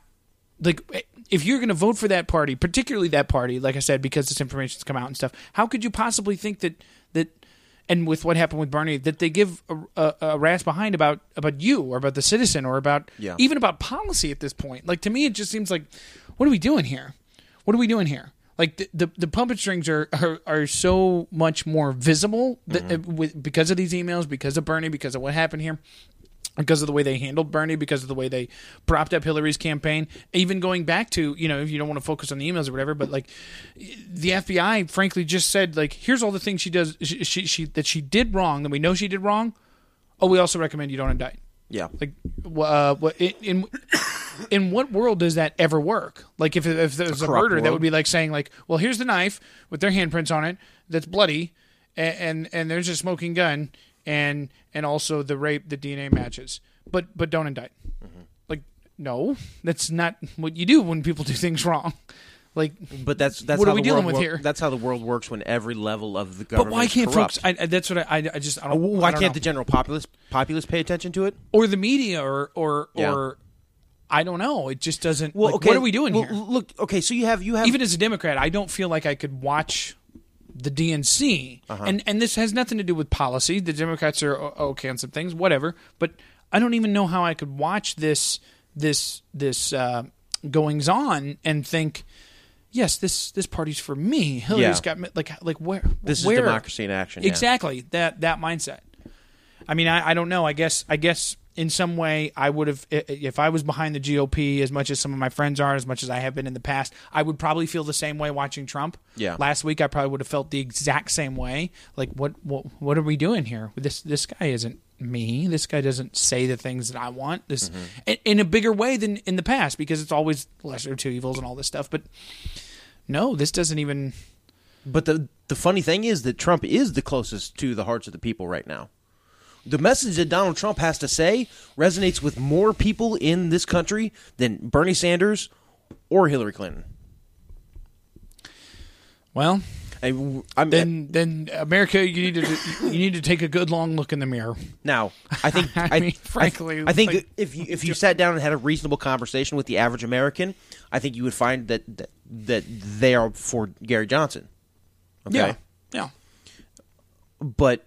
S1: like if you're going to vote for that party particularly that party like i said because this information's come out and stuff how could you possibly think that that and with what happened with Bernie, that they give a, a, a rat's behind about about you or about the citizen or about
S2: Yeah.
S1: even even about policy at this point. Like to me, it just seems like, what are we doing here? What are we doing here? Like the the, the puppet strings are, are are so much more visible that, uh, with, because of these emails, because of Bernie, because of what happened here. Because of the way they handled Bernie, because of the way they propped up Hillary's campaign, even going back to you know if you don't want to focus on the emails or whatever, but like the FBI frankly just said like here's all the things she does she, she, she that she did wrong that we know she did wrong. Oh, we also recommend you don't indict.
S2: Yeah.
S1: Like, wh- uh, what in- in in what world does that ever work? Like, if if there's a,
S2: corrupt
S1: murder, that
S2: world.
S1: would be like saying like, well, here's the knife with their handprints on it that's bloody, and and, and there's a smoking gun, and and also the rape the DNA matches, but but don't indict.
S2: Mm-hmm.
S1: Like, no, that's not what you do when people do things wrong. Like,
S2: But that's that's
S1: What are
S2: how
S1: we
S2: the
S1: dealing
S2: world
S1: with
S2: wor-
S1: here?
S2: That's how the world works when every level of the
S1: but
S2: government.
S1: why
S2: is
S1: can't
S2: corrupt.
S1: folks? I, I- that's what I, I, I just I don't.
S2: Why
S1: I don't
S2: can't
S1: know.
S2: the general populace populace pay attention to it?
S1: or the media or or
S2: Yeah.
S1: or I don't know. It just doesn't. like, What are we doing
S2: well,
S1: here?
S2: Look, okay, so you have you have
S1: Even as a Democrat, I don't feel like I could watch the DNC.
S2: Uh-huh.
S1: And and this has nothing to do with policy. The Democrats are o- okay on some things, whatever. But I don't even know how I could watch this this this uh, goings on and think. Yes, this this party's for me. Hillary's
S2: Yeah.
S1: got me like like where
S2: This is
S1: where-
S2: democracy in action, yeah.
S1: Exactly that that mindset. I mean, I, I don't know. I guess I guess in some way I would have i- if I was behind the GOP as much as some of my friends are, as much as I have been in the past. I would probably feel the same way watching Trump.
S2: Yeah.
S1: Last week I probably would have felt the exact same way. Like what what what are we doing here? This this guy isn't me. This guy doesn't say the things that I want. This in, in a bigger way than in the past because it's always lesser of two evils and all this stuff. But no, this doesn't even.
S2: But the the funny thing is that Trump is the closest to the hearts of the people right now. The message that Donald Trump has to say resonates with more people in this country than Bernie Sanders or Hillary Clinton.
S1: Well,
S2: I, am
S1: then then America, you need to you need to take a good long look in the mirror.
S2: now. I think.
S1: I
S2: I,
S1: mean, frankly,
S2: I, I think
S1: like-
S2: that if you if you sat down and had a reasonable conversation with the average American, I think you would find that that, that they are for Gary Johnson. Okay?
S1: yeah,
S2: but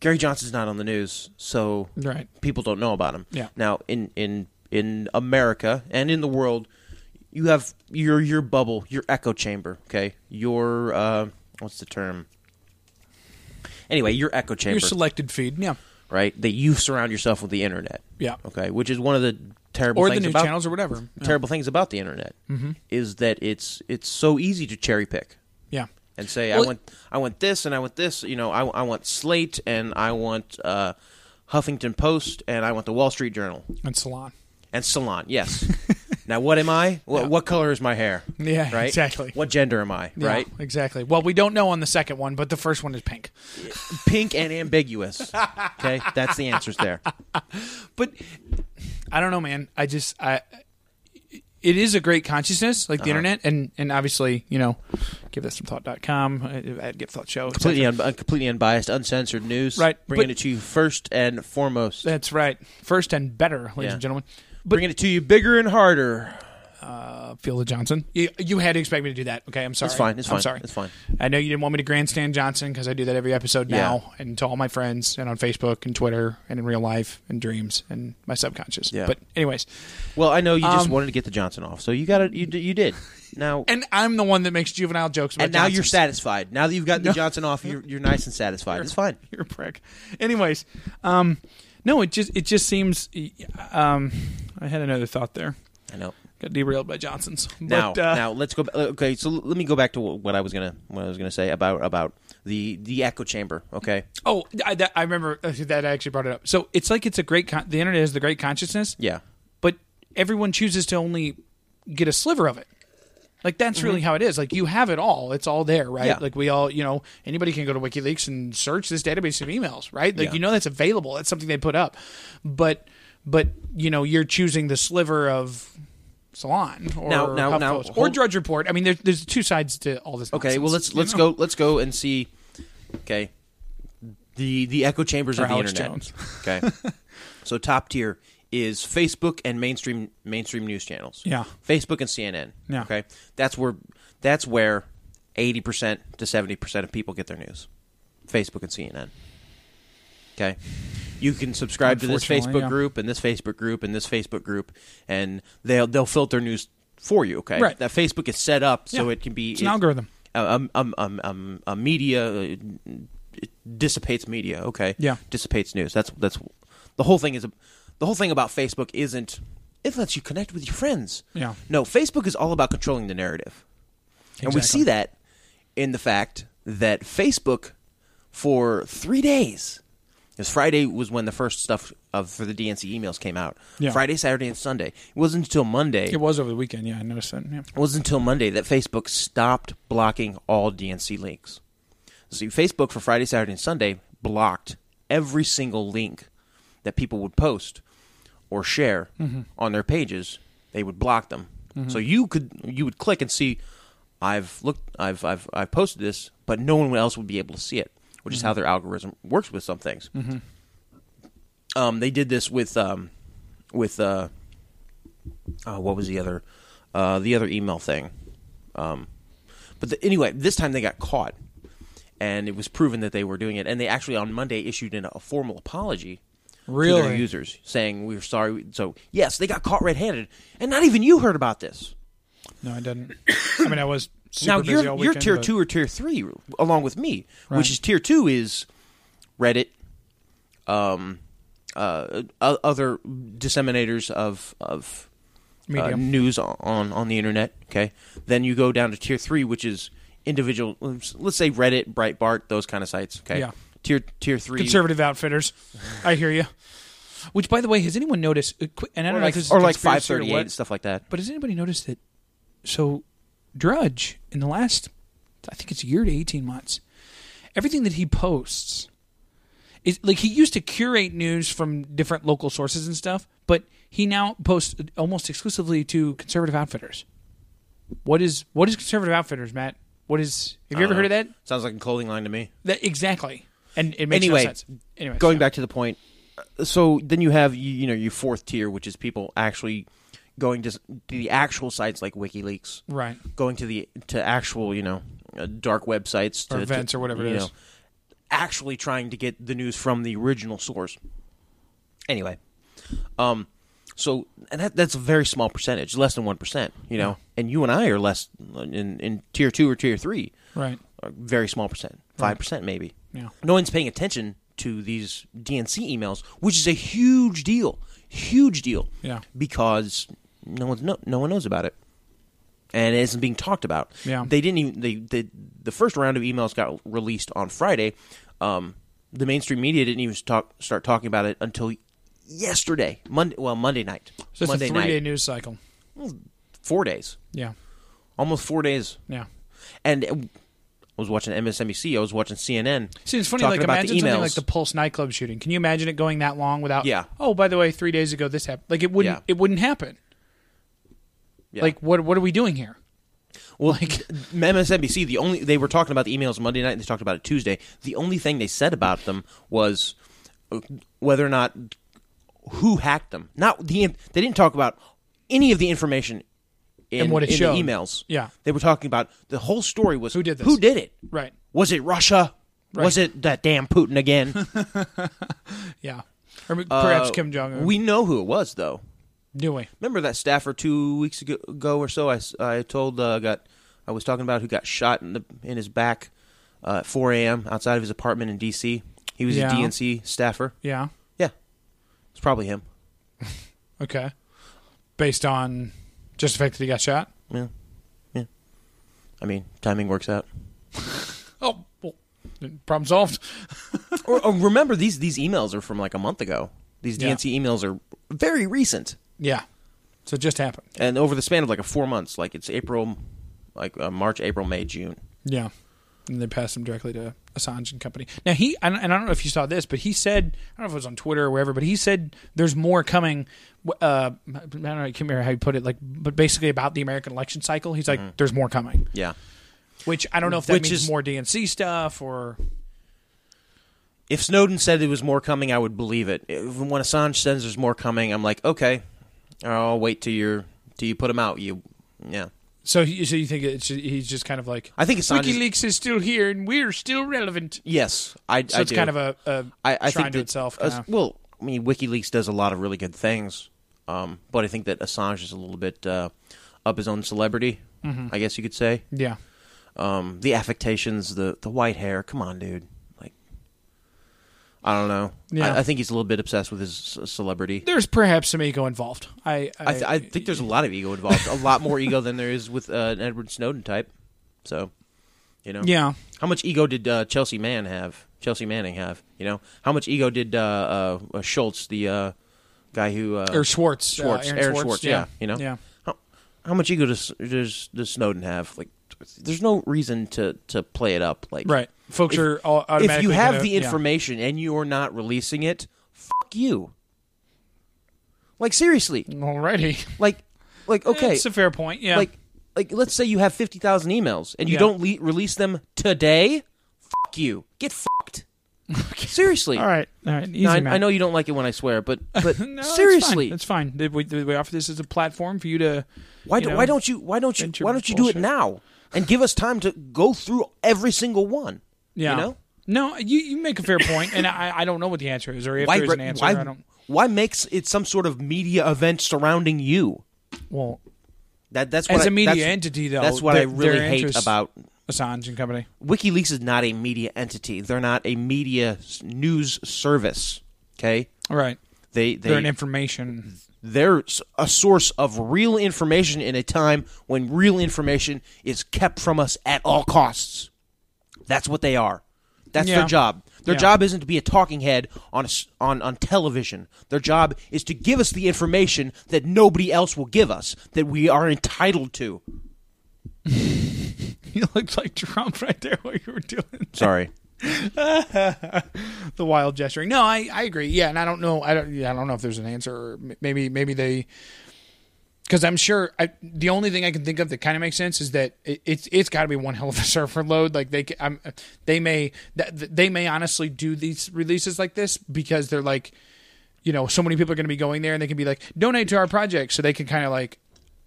S2: Gary Johnson's not on the news, so
S1: Right.
S2: people don't know about him.
S1: Yeah.
S2: Now in in in America and in the world, you have your your bubble, your echo chamber. Okay, your uh, what's the term? Anyway, your echo chamber
S1: your selected feed. Yeah,
S2: right? That you surround yourself with the internet.
S1: Yeah.
S2: Okay. Which is one of the terrible
S1: Or the
S2: things
S1: news
S2: about,
S1: channels or whatever. Mm-hmm. Yeah.
S2: Terrible things about the internet is that it's it's so easy to cherry pick
S1: yeah.
S2: and say I
S1: Well-
S2: want I want this and I want this. You know, I I want Slate and I want uh, Huffington Post and I want the Wall Street Journal
S1: And salon.
S2: and Salon. Yes. now, what am I? What, what color is my hair?
S1: Yeah,
S2: Right.
S1: exactly.
S2: What gender am I?
S1: Yeah,
S2: Right.
S1: Exactly. Well, we don't know on the second one, but the first one is pink.
S2: Pink and ambiguous. Okay, that's the answers there.
S1: But I don't know, man. I just I. It is a great consciousness,
S2: Uh-huh.
S1: like the internet, and and obviously, you know, give that some thought.com, uh, at give thought show, et cetera.
S2: completely un- un- completely unbiased, uncensored news.
S1: Right,
S2: bringing
S1: but-
S2: it to you first and foremost.
S1: That's right. First and better, ladies
S2: Yeah.
S1: and gentlemen. But
S2: bringing it to you bigger and harder.
S1: Fielder Johnson. You, you had to expect me to do that. Okay, I'm sorry.
S2: It's fine, it's
S1: I'm
S2: fine,
S1: sorry.
S2: it's fine.
S1: I know you didn't want me to grandstand Johnson because I do that every episode
S2: Yeah.
S1: now, and to all my friends, and on Facebook, and Twitter, and in real life, and dreams, and my subconscious.
S2: Yeah.
S1: But anyways,
S2: Well, I know you just
S1: Um,
S2: wanted to get the Johnson off, so you got it. You d- you did now, and,
S1: and I'm the one that makes juvenile jokes. About
S2: now you're
S1: Johnsons.
S2: satisfied. Now that you've gotten the Johnson off, you're you're nice and satisfied. It's fine.
S1: You're a prick. Anyways, um, no, it just it just seems. Um, I had another thought there.
S2: I know.
S1: Got derailed by Johnsons.
S2: Now,
S1: but, uh,
S2: now let's go. ba- Okay, so l- let me go back to wh- what I was gonna what I was gonna say about about the the echo chamber. Okay,
S1: Oh, I, that, I remember uh, that I actually brought it up. So it's like it's a great. Con- the internet is the great consciousness.
S2: yeah,
S1: but everyone chooses to only get a sliver of it. Like that's really how it is. Like you have it all. It's all there, right?
S2: Mm-hmm. Yeah.
S1: Like we all, you know, anybody can go to WikiLeaks and search this database of emails, right? Like
S2: Yeah.
S1: you know that's available. That's something they put up. But but you know, you're choosing the sliver of Salon or
S2: Now- now- now,
S1: HuffPost or
S2: hold-
S1: Drudge Report. I mean, there's there's two sides to all this.
S2: Okay, well let's
S1: nonsense, you
S2: let's
S1: know?
S2: go let's go and see. Okay, the the echo chambers
S1: For
S2: of the
S1: Alex
S2: internet.
S1: Jones.
S2: Okay, so top tier is Facebook and mainstream mainstream news channels.
S1: Yeah.
S2: Facebook and CNN.
S1: Yeah.
S2: Okay, that's where that's where eighty percent to seventy percent of people get their news. Facebook and CNN. Okay. You can subscribe to this
S1: Unfortunately,
S2: Facebook
S1: yeah.
S2: group and this Facebook group and this Facebook group, and they'll they'll filter news for you. Okay,
S1: Right.
S2: That Facebook is set up so
S1: Yeah.
S2: it can be
S1: It's an
S2: it-
S1: algorithm.
S2: a, a, a, a, a- a media uh, it dissipates media. Okay.
S1: Yeah.
S2: Dissipates news. That's that's the whole thing is a, the whole thing about Facebook isn't it lets you connect with your friends.
S1: Yeah.
S2: No, Facebook is all about controlling the narrative, and we
S1: Exactly.
S2: see that in the fact that Facebook for three days Because Friday was when the first stuff of for the DNC emails came out.
S1: Yeah.
S2: Friday, Saturday, and Sunday. It wasn't until Monday.
S1: It was over the weekend. Yeah, I noticed that. Yeah.
S2: It wasn't until Monday that Facebook stopped blocking all DNC links. See, Facebook for Friday, Saturday, and Sunday blocked every single link that people would post or share on their pages. They would block them, so you could you would click and see. I've looked. I've I've I've posted this, but no one else would be able to see it, which is how their algorithm works with some things. Um, they did this with um, with uh, uh, what was the other uh, the other email thing um, but the, anyway this time they got caught and it was proven that they were doing it and they actually on monday issued an, a formal apology to their
S1: Really?
S2: users saying we are sorry so yes they got caught red-handed and not even you heard about this
S1: No, I didn't. I mean, I was super
S2: now
S1: busy
S2: you're,
S1: all
S2: you're
S1: weekend,
S2: tier
S1: but-
S2: two or tier three along with me
S1: Right.
S2: which is tier two is reddit um, uh, o- other disseminators of, of uh,
S1: Medium.
S2: news on, on on the internet. Okay, then you go down to tier three, which is individual. Let's say Reddit, Breitbart, those kind of sites. Okay,
S1: Yeah.
S2: Tier tier three,
S1: conservative outfitters. I hear you. Which, by the way, has anyone noticed? uh, qu- And I don't
S2: or
S1: know
S2: like,
S1: if this is
S2: or like five
S1: conspiracy or
S2: thirty
S1: what,
S2: eight stuff like that.
S1: But has anybody noticed that? So, Drudge in the last, I think it's a year to eighteen months, everything that he posts is like he used to curate news from different local sources and stuff, but he now posts almost exclusively to conservative outfitters. What is what is conservative outfitters, Matt? What is? Have you ever heard of that?
S2: Uh, Sounds like a clothing line to me.
S1: That exactly. And it makes
S2: Anyway,
S1: no sense. Anyway,
S2: going
S1: so-
S2: back to the point uh, so then you have you, you know your fourth tier which is people actually going to s- to the actual sites like wikileaks
S1: Right.
S2: going to the to actual you know uh, dark websites to,
S1: Or events
S2: to,
S1: or whatever it
S2: you
S1: is.
S2: know, actually trying to get the news from the original source anyway um so and that, that's a very small percentage less than 1% you know and you and i are less uh, in in tier 2 or tier 3
S1: right.
S2: a very small percent, five percent maybe.
S1: Yeah.
S2: No one's paying attention to these DNC emails, which is a huge deal, huge deal.
S1: Yeah.
S2: Because no one's no, no one knows about it, and it isn't being talked about.
S1: Yeah.
S2: They didn't even they, they the first round of emails got released on Friday. Um, the mainstream media didn't even talk start talking about it until yesterday, Monday. Well, Monday night.
S1: So it's
S2: Monday
S1: a three day
S2: night.
S1: news cycle.
S2: Four days.
S1: Yeah.
S2: Almost four days.
S1: Yeah.
S2: and I was watching MSNBC. I was watching CNN.
S1: See, it's funny.
S2: talking
S1: like,
S2: about
S1: imagine
S2: the
S1: something
S2: emails.
S1: like the Pulse nightclub shooting. Can you imagine it going that long without?
S2: Yeah.
S1: Oh, by the way, three days ago this happened. Like it wouldn't.
S2: Yeah.
S1: It wouldn't happen.
S2: Yeah.
S1: Like what? What are we doing here?
S2: well, like MSNBC. The only they were talking about the emails Monday night. and They talked about it Tuesday. The only thing they said about them was uh, whether or not who hacked them. Not the in- they didn't talk about any of the information in,
S1: And what it
S2: in
S1: showed.
S2: the emails.
S1: Yeah.
S2: they were talking about the whole story was
S1: Who did this?
S2: Who did it?
S1: Right.
S2: Was it Russia? Was
S1: Right.
S2: it that damn Putin again?
S1: Yeah. Or perhaps
S2: Uh,
S1: Kim Jong Un.
S2: We know who it was, though.
S1: do we?
S2: Remember that staffer two weeks ago, ago or so? I, s- I told uh, got I was talking about who got shot in the in his back uh, at 4 a.m. outside of his apartment in D.C. He was
S1: Yeah.
S2: a DNC staffer.
S1: Yeah.
S2: Yeah, it's probably him.
S1: Okay. Based on just the fact that he got shot.
S2: Yeah, yeah. I mean, timing works out.
S1: Oh, well, problem solved.
S2: or, or remember these these emails are from like a month ago. These
S1: Yeah.
S2: DNC emails are very recent,
S1: Yeah. So it just happened.
S2: and over the span of like a four months, like it's April, like uh, March, April, May, June.
S1: Yeah. And they passed him directly to Assange and company. Now, he, and and I don't know if you saw this, but he said, I don't know if it was on Twitter or wherever, but he said there's more coming. w- Uh, I don't know, I can't remember how he put it, like, but basically about the American election cycle. He's like, there's more coming,
S2: Yeah.
S1: which I don't know if that
S2: Mm-hmm. Which
S1: means
S2: is-
S1: more DNC stuff or.
S2: if Snowden said there was more coming, I would believe it. If, when Assange says there's more coming, I'm like, okay, I'll wait till you till you put him out. You, yeah.
S1: So, he, so you think it's, he's just kind of like,
S2: I think Assange is-
S1: WikiLeaks is still here and we're still relevant.
S2: Yes, I.
S1: So
S2: I
S1: it's
S2: do.
S1: kind of a, a
S2: I, I
S1: shrine
S2: think
S1: to
S2: that-
S1: itself.
S2: As-
S1: kinda.
S2: well, I mean, WikiLeaks does a lot of really good things, um, but I think that Assange is a little bit uh, up his own celebrity.
S1: Mm-hmm.
S2: I guess you could say
S1: yeah.
S2: um, the affectations, the the white hair. Come on, dude. Like, I don't know.
S1: Yeah.
S2: I, I think he's a little bit obsessed with his c- celebrity.
S1: There's perhaps some ego involved. I, I,
S2: I, th- I think there's a lot of ego involved, a lot more ego than there is with uh, an Edward Snowden type. So, you know,
S1: yeah.
S2: How much ego did uh, Chelsea Mann have? Chelsea Manning have? You know, how much ego did uh, uh, uh, Schultz, the uh, guy who uh,
S1: Or Schwartz, uh,
S2: Schwartz,
S1: Aaron
S2: Aaron,
S1: Schwartz,
S2: Schwartz,
S1: yeah.
S2: yeah. you know,
S1: Yeah.
S2: How, how much ego does, does does Snowden have? Like, there's no reason to to play it up. Like,
S1: Right. Folks are all
S2: if you
S1: automatically
S2: have
S1: gonna-
S2: the
S1: yeah.
S2: information and you are not releasing it, fuck you. Like seriously,
S1: Alrighty.
S2: like, like okay,
S1: It's a fair point. Eh, Yeah.
S2: like like let's say you have 50,000 emails and you
S1: Yeah.
S2: don't le- release them today fuck you get fucked seriously
S1: all right. All right. Easy,
S2: Now, I,
S1: man.
S2: I know you don't like it when I swear but but
S1: No, that's
S2: seriously
S1: fine. That's fine. Did we, did we offer this as a platform for you to?
S2: why
S1: you
S2: do,
S1: know,
S2: why don't you why don't you
S1: venture
S2: why don't you do
S1: bullshit.
S2: it now and give us time to go through every single one
S1: Yeah.
S2: you know
S1: No, you, you make a fair point, and I, I don't know what the answer is, or if
S2: why
S1: there is
S2: re-
S1: an answer.
S2: why
S1: I don't.
S2: why makes it some sort of media event surrounding you
S1: Well,
S2: that that's what
S1: as
S2: I-
S1: a media
S2: that's-
S1: entity, though,
S2: that's what I
S1: their-
S2: really
S1: their
S2: hate
S1: interests-
S2: about
S1: Assange and company.
S2: WikiLeaks is not a media entity. They're not a media s- news service. Okay,
S1: All right.
S2: they they
S1: They're an information.
S2: they're s- a source of real information in a time when real information is kept from us at all costs. That's what they are. That's
S1: Yeah.
S2: their job. Their
S1: Yeah.
S2: job isn't to be a talking head on, a s on on television. Their job is to give us the information that nobody else will give us that we are entitled to.
S1: you looked like Trump right there while you were doing
S2: Sorry.
S1: the wild gesturing. No, I, I agree. Yeah, and I don't know. I don't. Yeah, I don't know if there's an answer. Or m- maybe maybe they. Because I'm sure I, the only thing I can think of that kind of makes sense is that it, it's it's got to be one hell of a server load. Like they ca- I'm, they may th- they may honestly do these releases like this because they're like, you know, so many people are going to be going there and they can be like donate to our project, so they can kind of like,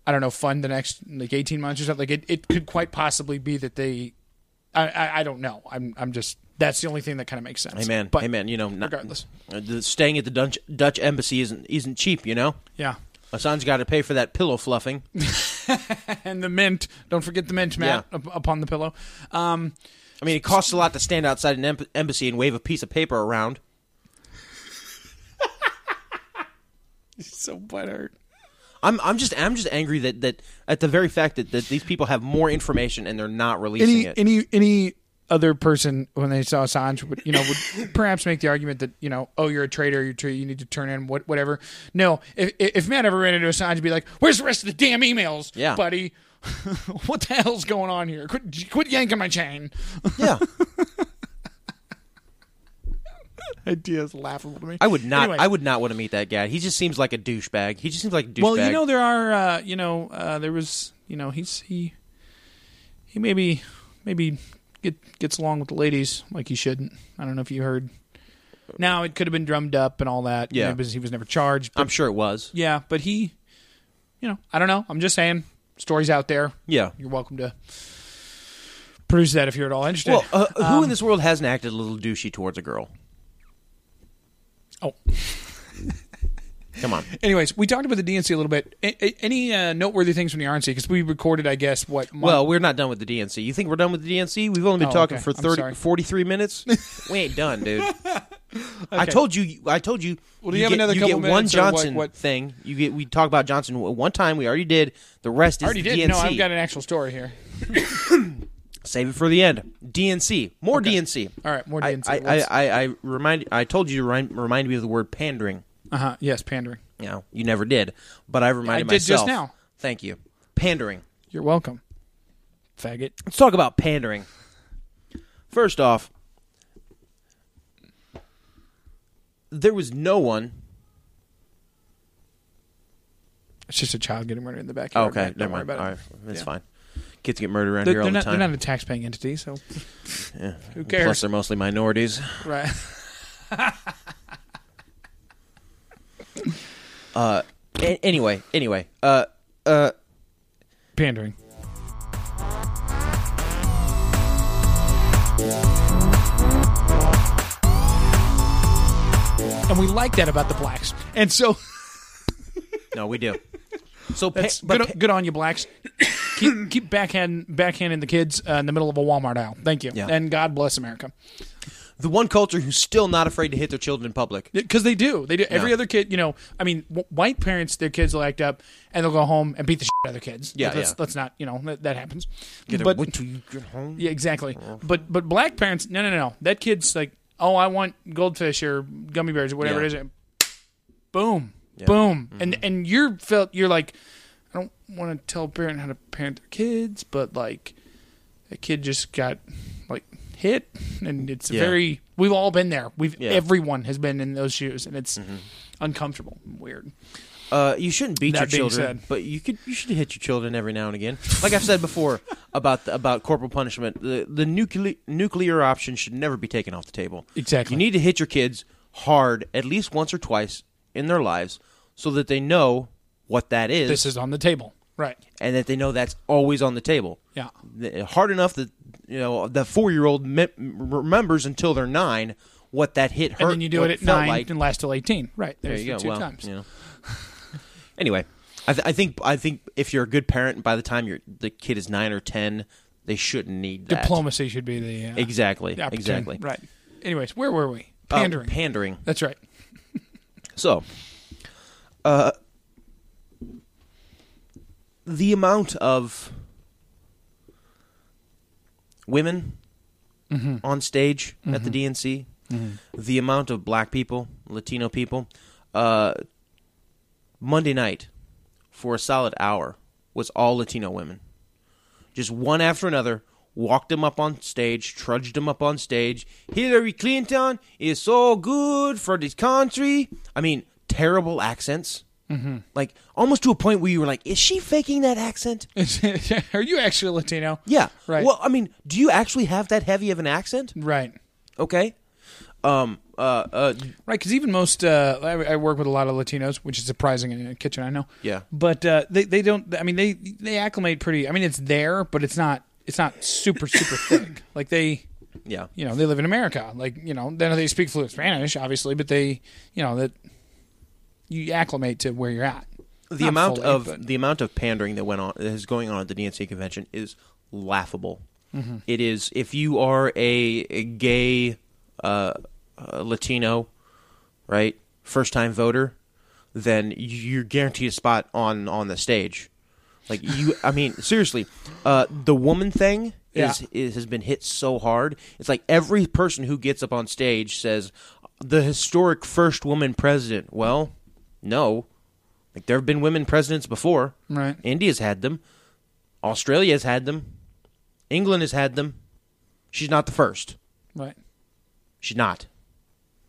S1: I don't know, fund the next like 18 months or something. Like it, it could quite possibly be that they, I, I I don't know. I'm I'm just that's the only thing that kind of makes sense.
S2: Amen.
S1: But-
S2: Amen. You know, not,
S1: regardless.
S2: uh, the- staying at the Dutch, Dutch embassy isn't isn't cheap. You know,
S1: Yeah.
S2: Assange got to pay for that pillow fluffing.
S1: And the mint. Don't forget the mint, Matt,
S2: Yeah.
S1: up- upon the pillow. Um,
S2: I mean, it costs a lot to stand outside an em- embassy and wave a piece of paper around.
S1: so buttered.
S2: I'm I'm just I'm just angry that, that at the very fact that, that these people have more information and they're not releasing
S1: Any
S2: it.
S1: any any other person when they saw Assange would you know would perhaps make the argument that you know oh you're a traitor you're tra- you need to turn in what whatever. No, if if if Matt ever ran into Assange, he'd be like, "Where's the rest of the damn emails,
S2: Yeah.
S1: buddy? what the hell's going on here? Quit quit yanking my chain."
S2: yeah,
S1: Idea is laughable to me.
S2: I would not
S1: Anyway.
S2: I would not want to meet that guy. He just seems like a douchebag. He just seems like a douchebag.
S1: Well, you know there are. Uh, you know uh, there was. You know he's he he maybe maybe get, gets along with the ladies like he shouldn't. I don't know if you heard. Now it could have been drummed up and all that.
S2: Yeah.
S1: it was, he was never charged. but-
S2: I'm sure it was.
S1: yeah, but he, you know, I don't know. I'm just saying stories out there.
S2: Yeah.
S1: You're welcome to produce that if you're at all interested.
S2: Well, uh, who in this world hasn't acted a little douchey towards a girl?
S1: oh.
S2: Come on.
S1: Anyways, we talked about the DNC a little bit. A- a- any uh, noteworthy things from the RNC? Because we recorded, I guess, what? Month?
S2: Well, we're not done with the DNC. You think we're done with the DNC? We've only been
S1: Oh,
S2: talking
S1: okay.
S2: for
S1: I'm
S2: 30,
S1: sorry.
S2: 43 minutes. we ain't done, dude. I told you. I told you. Well,
S1: do you have another
S2: You
S1: couple
S2: get one
S1: minutes or what-
S2: Johnson
S1: what-
S2: thing. You get. We talk about Johnson w- one time. We already did. The rest is
S1: I already
S2: the
S1: did.
S2: DNC.
S1: No, I've got an actual story here.
S2: Save it for the end. DNC. More DNC.
S1: All right, more
S2: I-
S1: DNC.
S2: I,
S1: Let's-
S2: I, I, I remind. I told you to remind, remind me of the word pandering.
S1: Uh huh. Yes, pandering.
S2: You know, you never did, but I reminded
S1: I did just
S2: myself.
S1: now.
S2: Thank you. Pandering.
S1: You're welcome, faggot.
S2: Let's talk about pandering. First off, there was no one.
S1: It's just a child getting murdered in the
S2: Oh,
S1: backyard. Matt. Don't worry about it.
S2: All right, that's fine. Kids get murdered around
S1: They're,
S2: here all
S1: they're
S2: the
S1: not,
S2: time.
S1: they're not a tax-paying entity, so who
S2: Plus,
S1: cares?
S2: they're mostly minorities.
S1: Right.
S2: A- anyway, anyway, uh, uh,
S1: pandering. And we like that about the blacks. And so,
S2: no, we do. So, pa-
S1: that's
S2: but
S1: good,
S2: pa-
S1: good on you, blacks. keep keep backhand, backhanding the kids uh, in the middle of a Walmart aisle. Thank you.
S2: Yeah.
S1: And God bless America.
S2: the one culture who's still not afraid to hit their children in public.
S1: because they do. They do. Every
S2: Yeah.
S1: other kid, you know, I mean, w- white parents, their kids will act up and they'll go home and beat the shit out of their kids.
S2: Yeah,
S1: let's,
S2: yeah.
S1: let's not, you know, that, that happens.
S2: Get a-
S1: but
S2: wait till you get home.
S1: yeah, exactly. But but black parents, no, no, no, no. That kid's like, oh, I want goldfish or gummy bears or whatever
S2: Yeah. Mm-hmm.
S1: it is. Boom, boom, and and you're felt you're like, I don't want to tell a parent how to parent their kids, but like, a kid just got like hit, and it's
S2: Yeah.
S1: very. We've all been there. We've
S2: Yeah. Mm-hmm.
S1: everyone has been in those shoes, and it's uncomfortable, and weird.
S2: Uh, you shouldn't beat
S1: That
S2: your
S1: being
S2: children,
S1: said.
S2: but you could you should hit your children every now and again. Like I've said before about the, about corporal punishment, the the nuclear nuclear option should never be taken off the table.
S1: Exactly.
S2: You need to hit your kids hard at least once or twice in their lives so that they know what that is,
S1: This is on the table, right?
S2: and that they know that's always on the table.
S1: Yeah.
S2: Th- Hard enough that you know the 4-year-old me- remembers until they're 9 what that hit hurt
S1: and then you do
S2: what
S1: it at
S2: felt
S1: nine
S2: like.
S1: and last till eighteen, right?
S2: There
S1: There's the
S2: you go.
S1: two
S2: well,
S1: times.
S2: you know. anyway, I, th- I think I think if you're a good parent, by the time your the kid is nine or ten, they shouldn't need that.
S1: Diplomacy should be the uh,
S2: Exactly.
S1: the opportune-
S2: Exactly.
S1: right. Anyways, where were we?
S2: Uh,
S1: Pandering.
S2: pandering.
S1: That's right.
S2: So, uh, the amount of women on stage at the DNC, the amount of black people, Latino people, uh, Monday night for a solid hour was all Latino women. Just one after another walked them up on stage, trudged them up on stage. Hillary Clinton is so good for this country. I mean, terrible accents. Mm-hmm. Like almost to a point where you were like, is she faking that accent?
S1: Are you actually Latino?
S2: Yeah.
S1: Right.
S2: Well, I mean, do you actually have that heavy of an accent?
S1: Right.
S2: Okay. Um. Uh. uh
S1: Right, because even most uh, I, I work with a lot of Latinos, which is surprising in a kitchen. I know.
S2: Yeah.
S1: but uh, they they don't. I mean, they they acclimate pretty. I mean, it's there, but it's not it's not super super thick. Like they,
S2: yeah.
S1: you know, they live in America. Like you know, then they speak fluent Spanish, obviously, but they, you know, that you acclimate to where you're at.
S2: the
S1: Not
S2: amount
S1: fully,
S2: of
S1: but-
S2: the amount of pandering that went on that is going on at the DNC convention is laughable.
S1: Mm-hmm.
S2: It is if you are a, a gay uh, uh, Latino, right, first time voter, then you're guaranteed a spot on on the stage. Like you, I mean, seriously, uh, the woman thing is, is has been hit so hard. It's like every person who gets up on stage says, "The historic first woman president." Well, no, like there have been women presidents before.
S1: Right.
S2: India's had them. Australia's had them. England has had them. She's not the first.
S1: right.
S2: She's not.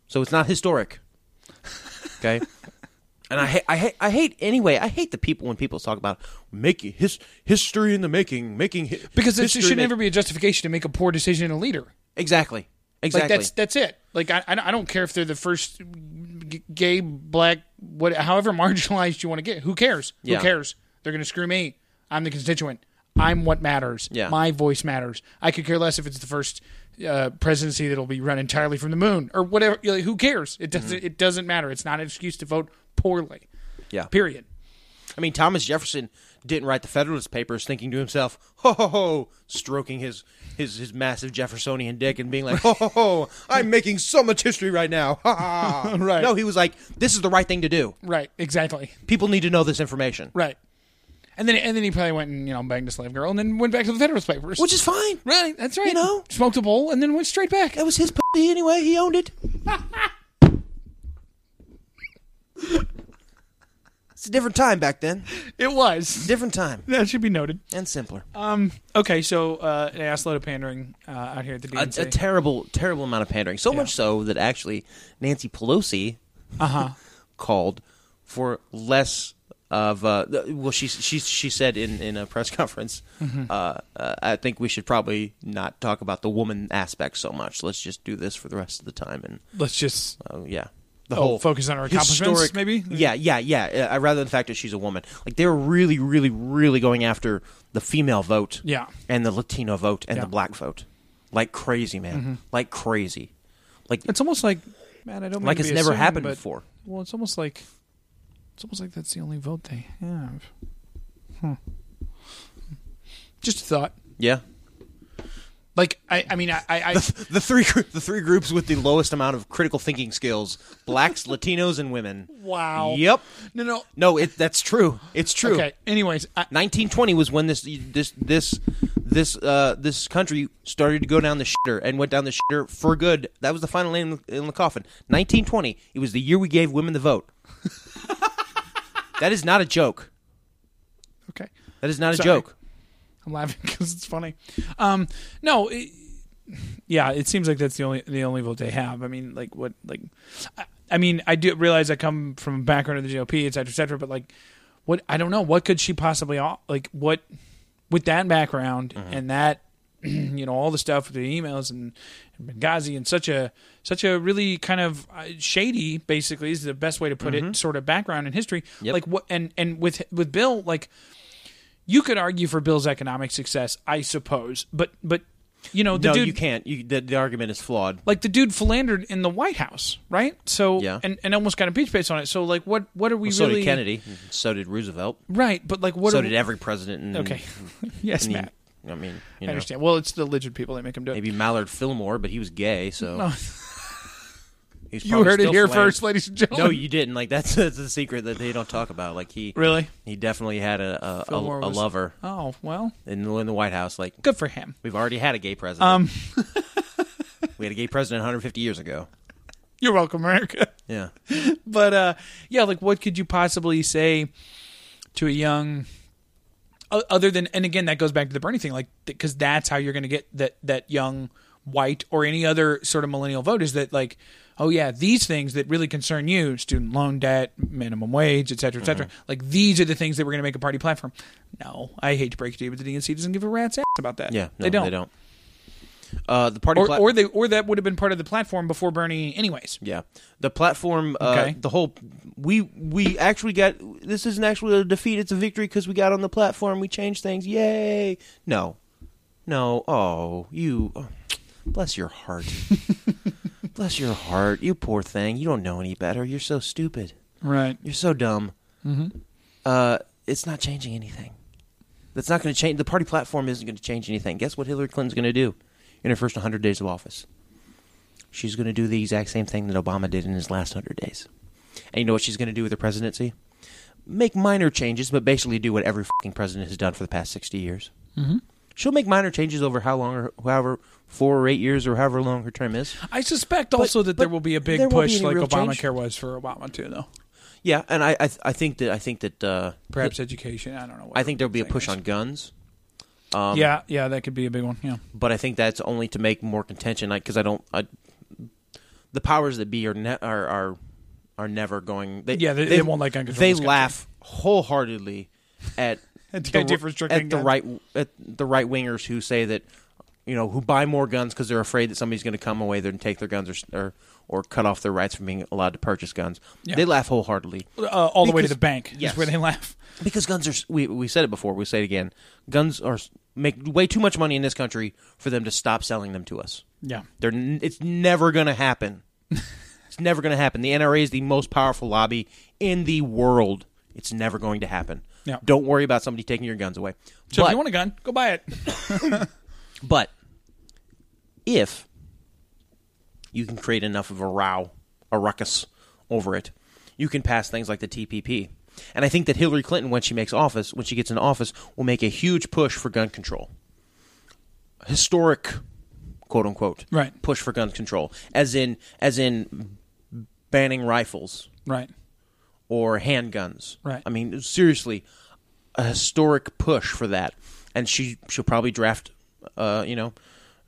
S2: So it's not historic. Okay. and I ha- I ha- I hate anyway. I hate the people when people talk about making his history in the making, making hi-
S1: Because it
S2: history
S1: should
S2: ma-
S1: never be a justification to make a poor decision in a leader.
S2: exactly
S1: Like
S2: exactly.
S1: that's that's it. Like I I don't- I don't care if they're the first g- gay black what however marginalized you want to get. Who cares?
S2: Yeah.
S1: Who cares? They're gonna screw me. I'm the constituent. I'm what matters.
S2: Yeah.
S1: My voice matters. I could care less if it's the first uh, presidency that'll be run entirely from the moon or whatever. You know, who cares? It doesn't. It doesn't matter. It's not an excuse to vote poorly.
S2: Mm-hmm. yeah.
S1: Period.
S2: I mean, Thomas Jefferson didn't write the Federalist Papers thinking to himself, "Ho ho ho," stroking his his his massive Jeffersonian dick and being like, "Ho ho ho, I'm making so much history right now." Ha, ha.
S1: Right.
S2: No, he was like, "This is the right thing to do.
S1: Right. Exactly.
S2: People need to know this information,"
S1: Right. And then and then he probably went and you know banged a slave girl and then went back to the Federalist Papers.
S2: which is fine.
S1: right. That's right.
S2: You know?
S1: smoked a bowl and then went straight back.
S2: That was his pussy anyway. He owned it. it's a different time back then.
S1: It was.
S2: Different time
S1: That should be noted.
S2: and simpler.
S1: Okay, so uh, an assload of pandering uh, out here at the
S2: a,
S1: DNC.
S2: a terrible, terrible amount of pandering. So much so that actually Nancy Pelosi called for less of. Uh, th- well, she she she said in in a press conference, uh, uh, I think we should probably not talk about the woman aspect so much. Let's just do this for the rest of the time and
S1: Let's just
S2: Oh yeah. The
S1: Oh, focus on her accomplishments, maybe?
S2: Yeah, yeah, yeah. Uh, rather than the fact that she's a woman, like they were really, really, really going after the female vote,
S1: Yeah.
S2: and the Latino vote and
S1: Yeah. Mm-hmm.
S2: the black vote, like crazy, man, like crazy, like
S1: It's almost like man, I don't mean
S2: like
S1: to
S2: it's
S1: be
S2: never
S1: assuming,
S2: happened
S1: but-
S2: before.
S1: Well, it's almost like it's almost like that's the only vote they have. Huh. Just a thought.
S2: Yeah,
S1: Like I, I mean, I, I, I
S2: the three gr- the three groups with the lowest amount of critical thinking skills: blacks, Latinos, and women.
S1: wow.
S2: Yep.
S1: No, no.
S2: No, it that's true. It's true.
S1: Okay. Anyways, I,
S2: 1920 was when this this this this uh, this country started to go down the shitter and went down the shitter for good. That was the final name in the coffin. 1920. It was the year we gave women the vote. that is not a joke.
S1: Okay.
S2: That is not a
S1: Sorry.
S2: joke.
S1: I'm laughing because it's funny. Um, no, it, yeah, it seems like that's the only the only vote they have. I mean, like what, like, I, I mean, I do realize I come from a background of the GOP, et cetera, et cetera, but like, what I don't know, what could she possibly o- like what with that background
S2: Mm-hmm.
S1: and that you know all the stuff with the emails and, and Benghazi and such a such a really kind of uh, shady basically is the best way to put it sort of background in history
S2: Mm-hmm. Yep.
S1: like what and and with with Bill like you could argue for Bill's economic success I suppose but but you know the
S2: no,
S1: dude
S2: you can't. You, the, the argument is flawed.
S1: like the dude philandered in the White House right so
S2: Yeah.
S1: and and almost got impeached based on it so like what what are we
S2: so
S1: really
S2: did Kennedy. So did Roosevelt.
S1: right but like what
S2: so
S1: are
S2: did every president. In,
S1: okay yes
S2: in the-
S1: Matt
S2: I mean, you
S1: I
S2: know,
S1: understand. Well, it's the lizard people that make him do it.
S2: maybe Mallard Fillmore, but he was gay, so. He's
S1: you
S2: probably
S1: heard it
S2: still
S1: here
S2: flaying-
S1: first, ladies and gentlemen.
S2: No, you didn't. Like that's that's the secret that they don't talk about. Like he
S1: Really?
S2: he definitely had a a, a,
S1: Fillmore
S2: a
S1: was-
S2: lover
S1: Oh well,
S2: in the, in the White House. Like
S1: good for him.
S2: we've already had a gay president. Um, we had a gay president 150 years ago.
S1: You're welcome, America.
S2: Yeah,
S1: But uh, yeah, like what could you possibly say to a young o- other than and again that goes back to the Bernie thing, like because that's how you're going to get that that young white or any other sort of millennial vote is that like oh yeah these things that really concern you student loan debt minimum wage et cetera et cetera
S2: Mm-hmm.
S1: like these are the things that we're going to make a party platform no i hate to break it to you but the dnc doesn't give a rat's ass about that
S2: yeah. No,
S1: they don't
S2: They don't. Uh, the party
S1: or,
S2: pla-
S1: or they or that would have been part of the platform before Bernie, anyways.
S2: Yeah, the platform. Uh,
S1: Okay.
S2: The whole we we actually got this isn't actually a defeat; it's a victory because we got on the platform. We changed things. Yay! No, no. Oh, you. oh, bless your heart. bless your heart. You poor thing. You don't know any better. You're so stupid.
S1: Right.
S2: You're so dumb. Mm-hmm. Uh, it's not changing anything. That's not going to change. The party platform isn't going to change anything. Guess what Hillary Clinton's going to do in her first 100 days of office? She's going to do the exact same thing that Obama did in his last 100 days. And you know what she's going to do with her presidency? Make minor changes, but basically do what every fucking president has done for the past 60 years. Mm-hmm. She'll make minor changes over how long, or however, four or eight years, or however long her term is.
S1: I suspect also that
S2: but
S1: there will be a big
S2: there won't be
S1: push
S2: any
S1: like
S2: real
S1: Obamacare
S2: change.
S1: was for Obama too, though.
S2: Yeah, and I, I, I think that I think that uh,
S1: Perhaps education. I don't know. What
S2: I think there'll be a
S1: thing
S2: push
S1: is.
S2: on guns.
S1: yeah, yeah, that could be a big one. Yeah.
S2: but I think that's only to make more contention. Like because I don't, I, the powers that be are ne- are are are never going. They,
S1: Yeah, they- they won't let gun control
S2: They
S1: in this country.
S2: laugh wholeheartedly at
S1: At the idea for restricting
S2: at the
S1: guns.
S2: right at the right wingers who say that you know who buy more guns because they're afraid that somebody's going to come away there and take their guns or s- or or cut off their rights from being allowed to purchase guns.
S1: Yeah.
S2: They laugh wholeheartedly
S1: Uh, all the way to
S2: Because-
S1: the bank
S2: Yes.
S1: is where they laugh.
S2: because guns are s- we we said it before we say it again guns are s- make way too much money in this country for them to stop selling them to us
S1: Yeah.
S2: they're n- it's never gonna happen it's never gonna happen the NRA is the most powerful lobby in the world it's never going to happen
S1: Yeah.
S2: don't worry about somebody taking your guns away
S1: So if
S2: but,
S1: you want a gun, go buy it.
S2: but if you can create enough of a row, a ruckus over it, you can pass things like the TPP. And I think that Hillary Clinton, when she makes office, when she gets in office, will make a huge push for gun control. Historic, quote unquote,
S1: Right.
S2: push for gun control, as in as in banning rifles
S1: Right.
S2: or handguns.
S1: Right.
S2: I mean, seriously, a historic push for that, and she she'll probably draft, uh, you know,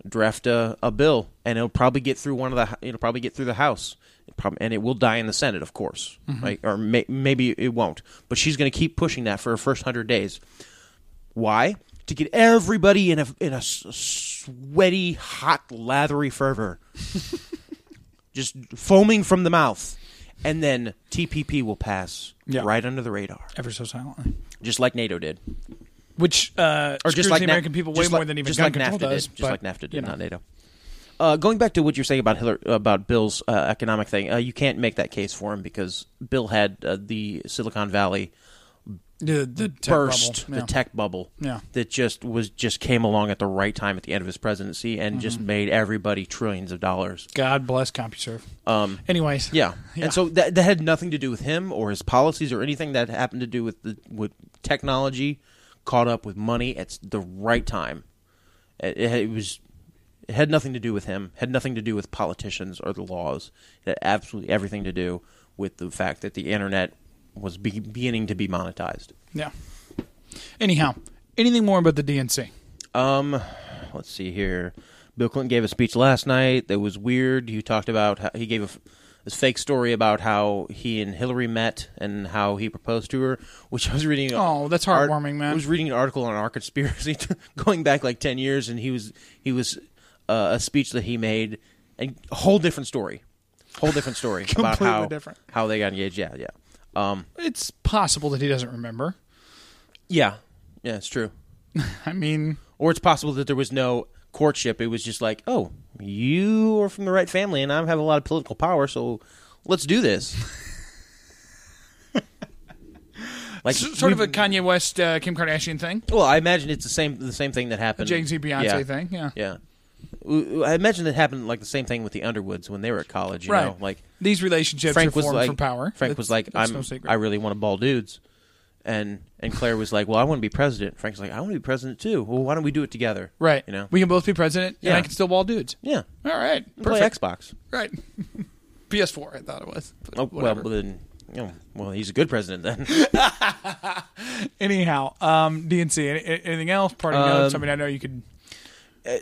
S2: draft a, a bill, and it'll probably get through one of the it'll probably get through the House, It prob- and it will die in the Senate, of course, right? Or may, maybe it won't, but she's going to keep pushing that for her first hundred days. Why? To get everybody in a in a s- sweaty, hot, lathery fervor, just foaming from the mouth, and then TPP will pass
S1: Yeah.
S2: right under the radar,
S1: Ever so silently.
S2: just like NATO did,
S1: Which uh,
S2: or
S1: screws
S2: just like
S1: the
S2: Na-
S1: American people way
S2: just
S1: more
S2: like-
S1: than even
S2: just
S1: gun
S2: like
S1: control
S2: NAFTA
S1: does.
S2: did, just
S1: but,
S2: like NAFTA did,
S1: you know.
S2: not NATO. Uh, going back to what you're saying about Hillary, about Bill's uh, economic thing, uh, you can't make that case for him because Bill had uh, the Silicon Valley
S1: The, the tech
S2: burst
S1: bubble, yeah.
S2: the tech bubble
S1: Yeah.
S2: that just was just came along at the right time at the end of his presidency and just
S1: Mm-hmm.
S2: made everybody trillions of dollars.
S1: God bless CompuServe. Um. Anyways.
S2: Yeah. And so that, that had nothing to do with him or his policies or anything that happened to do with the with technology caught up with money at the right time. It, it was it had nothing to do with him, had nothing to do with politicians or the laws. It had absolutely everything to do with the fact that the internet was be- beginning to be monetized.
S1: Yeah. Anyhow, anything more about the DNC?
S2: Um, let's see here. Bill Clinton gave a speech last night that was weird. He talked about how he gave a f- this fake story about how he and Hillary met and how he proposed to her, which I was reading. a-
S1: Oh, that's heartwarming, man.
S2: I was reading an article on our conspiracy t- going back like ten years, and he was he was uh, a speech that he made, and a whole different story, whole different story about
S1: Completely
S2: how
S1: different.
S2: how they got engaged. Yeah, yeah, um,
S1: It's possible that he doesn't remember.
S2: yeah, yeah. It's true.
S1: I mean,
S2: or it's possible that there was no courtship. It was just like, oh, you are from the right family, and I have a lot of political power, so let's do this. like,
S1: s- sort of a Kanye West, uh, Kim Kardashian thing.
S2: well, I imagine it's the same the same thing that happened.
S1: Jay Z, Beyonce thing, yeah.
S2: yeah. W- I imagine it happened like the same thing with the Underwoods when they were at college. You
S1: right.
S2: know, like
S1: These relationships
S2: Frank
S1: are
S2: was
S1: formed
S2: like
S1: for power.
S2: Frank
S1: That's-
S2: was like,
S1: that's
S2: I'm,
S1: no secret.
S2: I really want to ball dudes, and and Claire was like, well, I want to be president. Frank's like, I want to be president too. Well, why don't we do it together?
S1: right.
S2: You know.
S1: we can both be president, and
S2: Yeah.
S1: I can still wall dudes.
S2: yeah.
S1: All right.
S2: Play
S1: Perfect.
S2: Xbox.
S1: Right. PS4, I thought it was. but
S2: Oh
S1: whatever.
S2: well, then. You know, well, he's a good president then.
S1: Anyhow, um, DNC. Any, any- anything else? Party notes. I mean, I know you could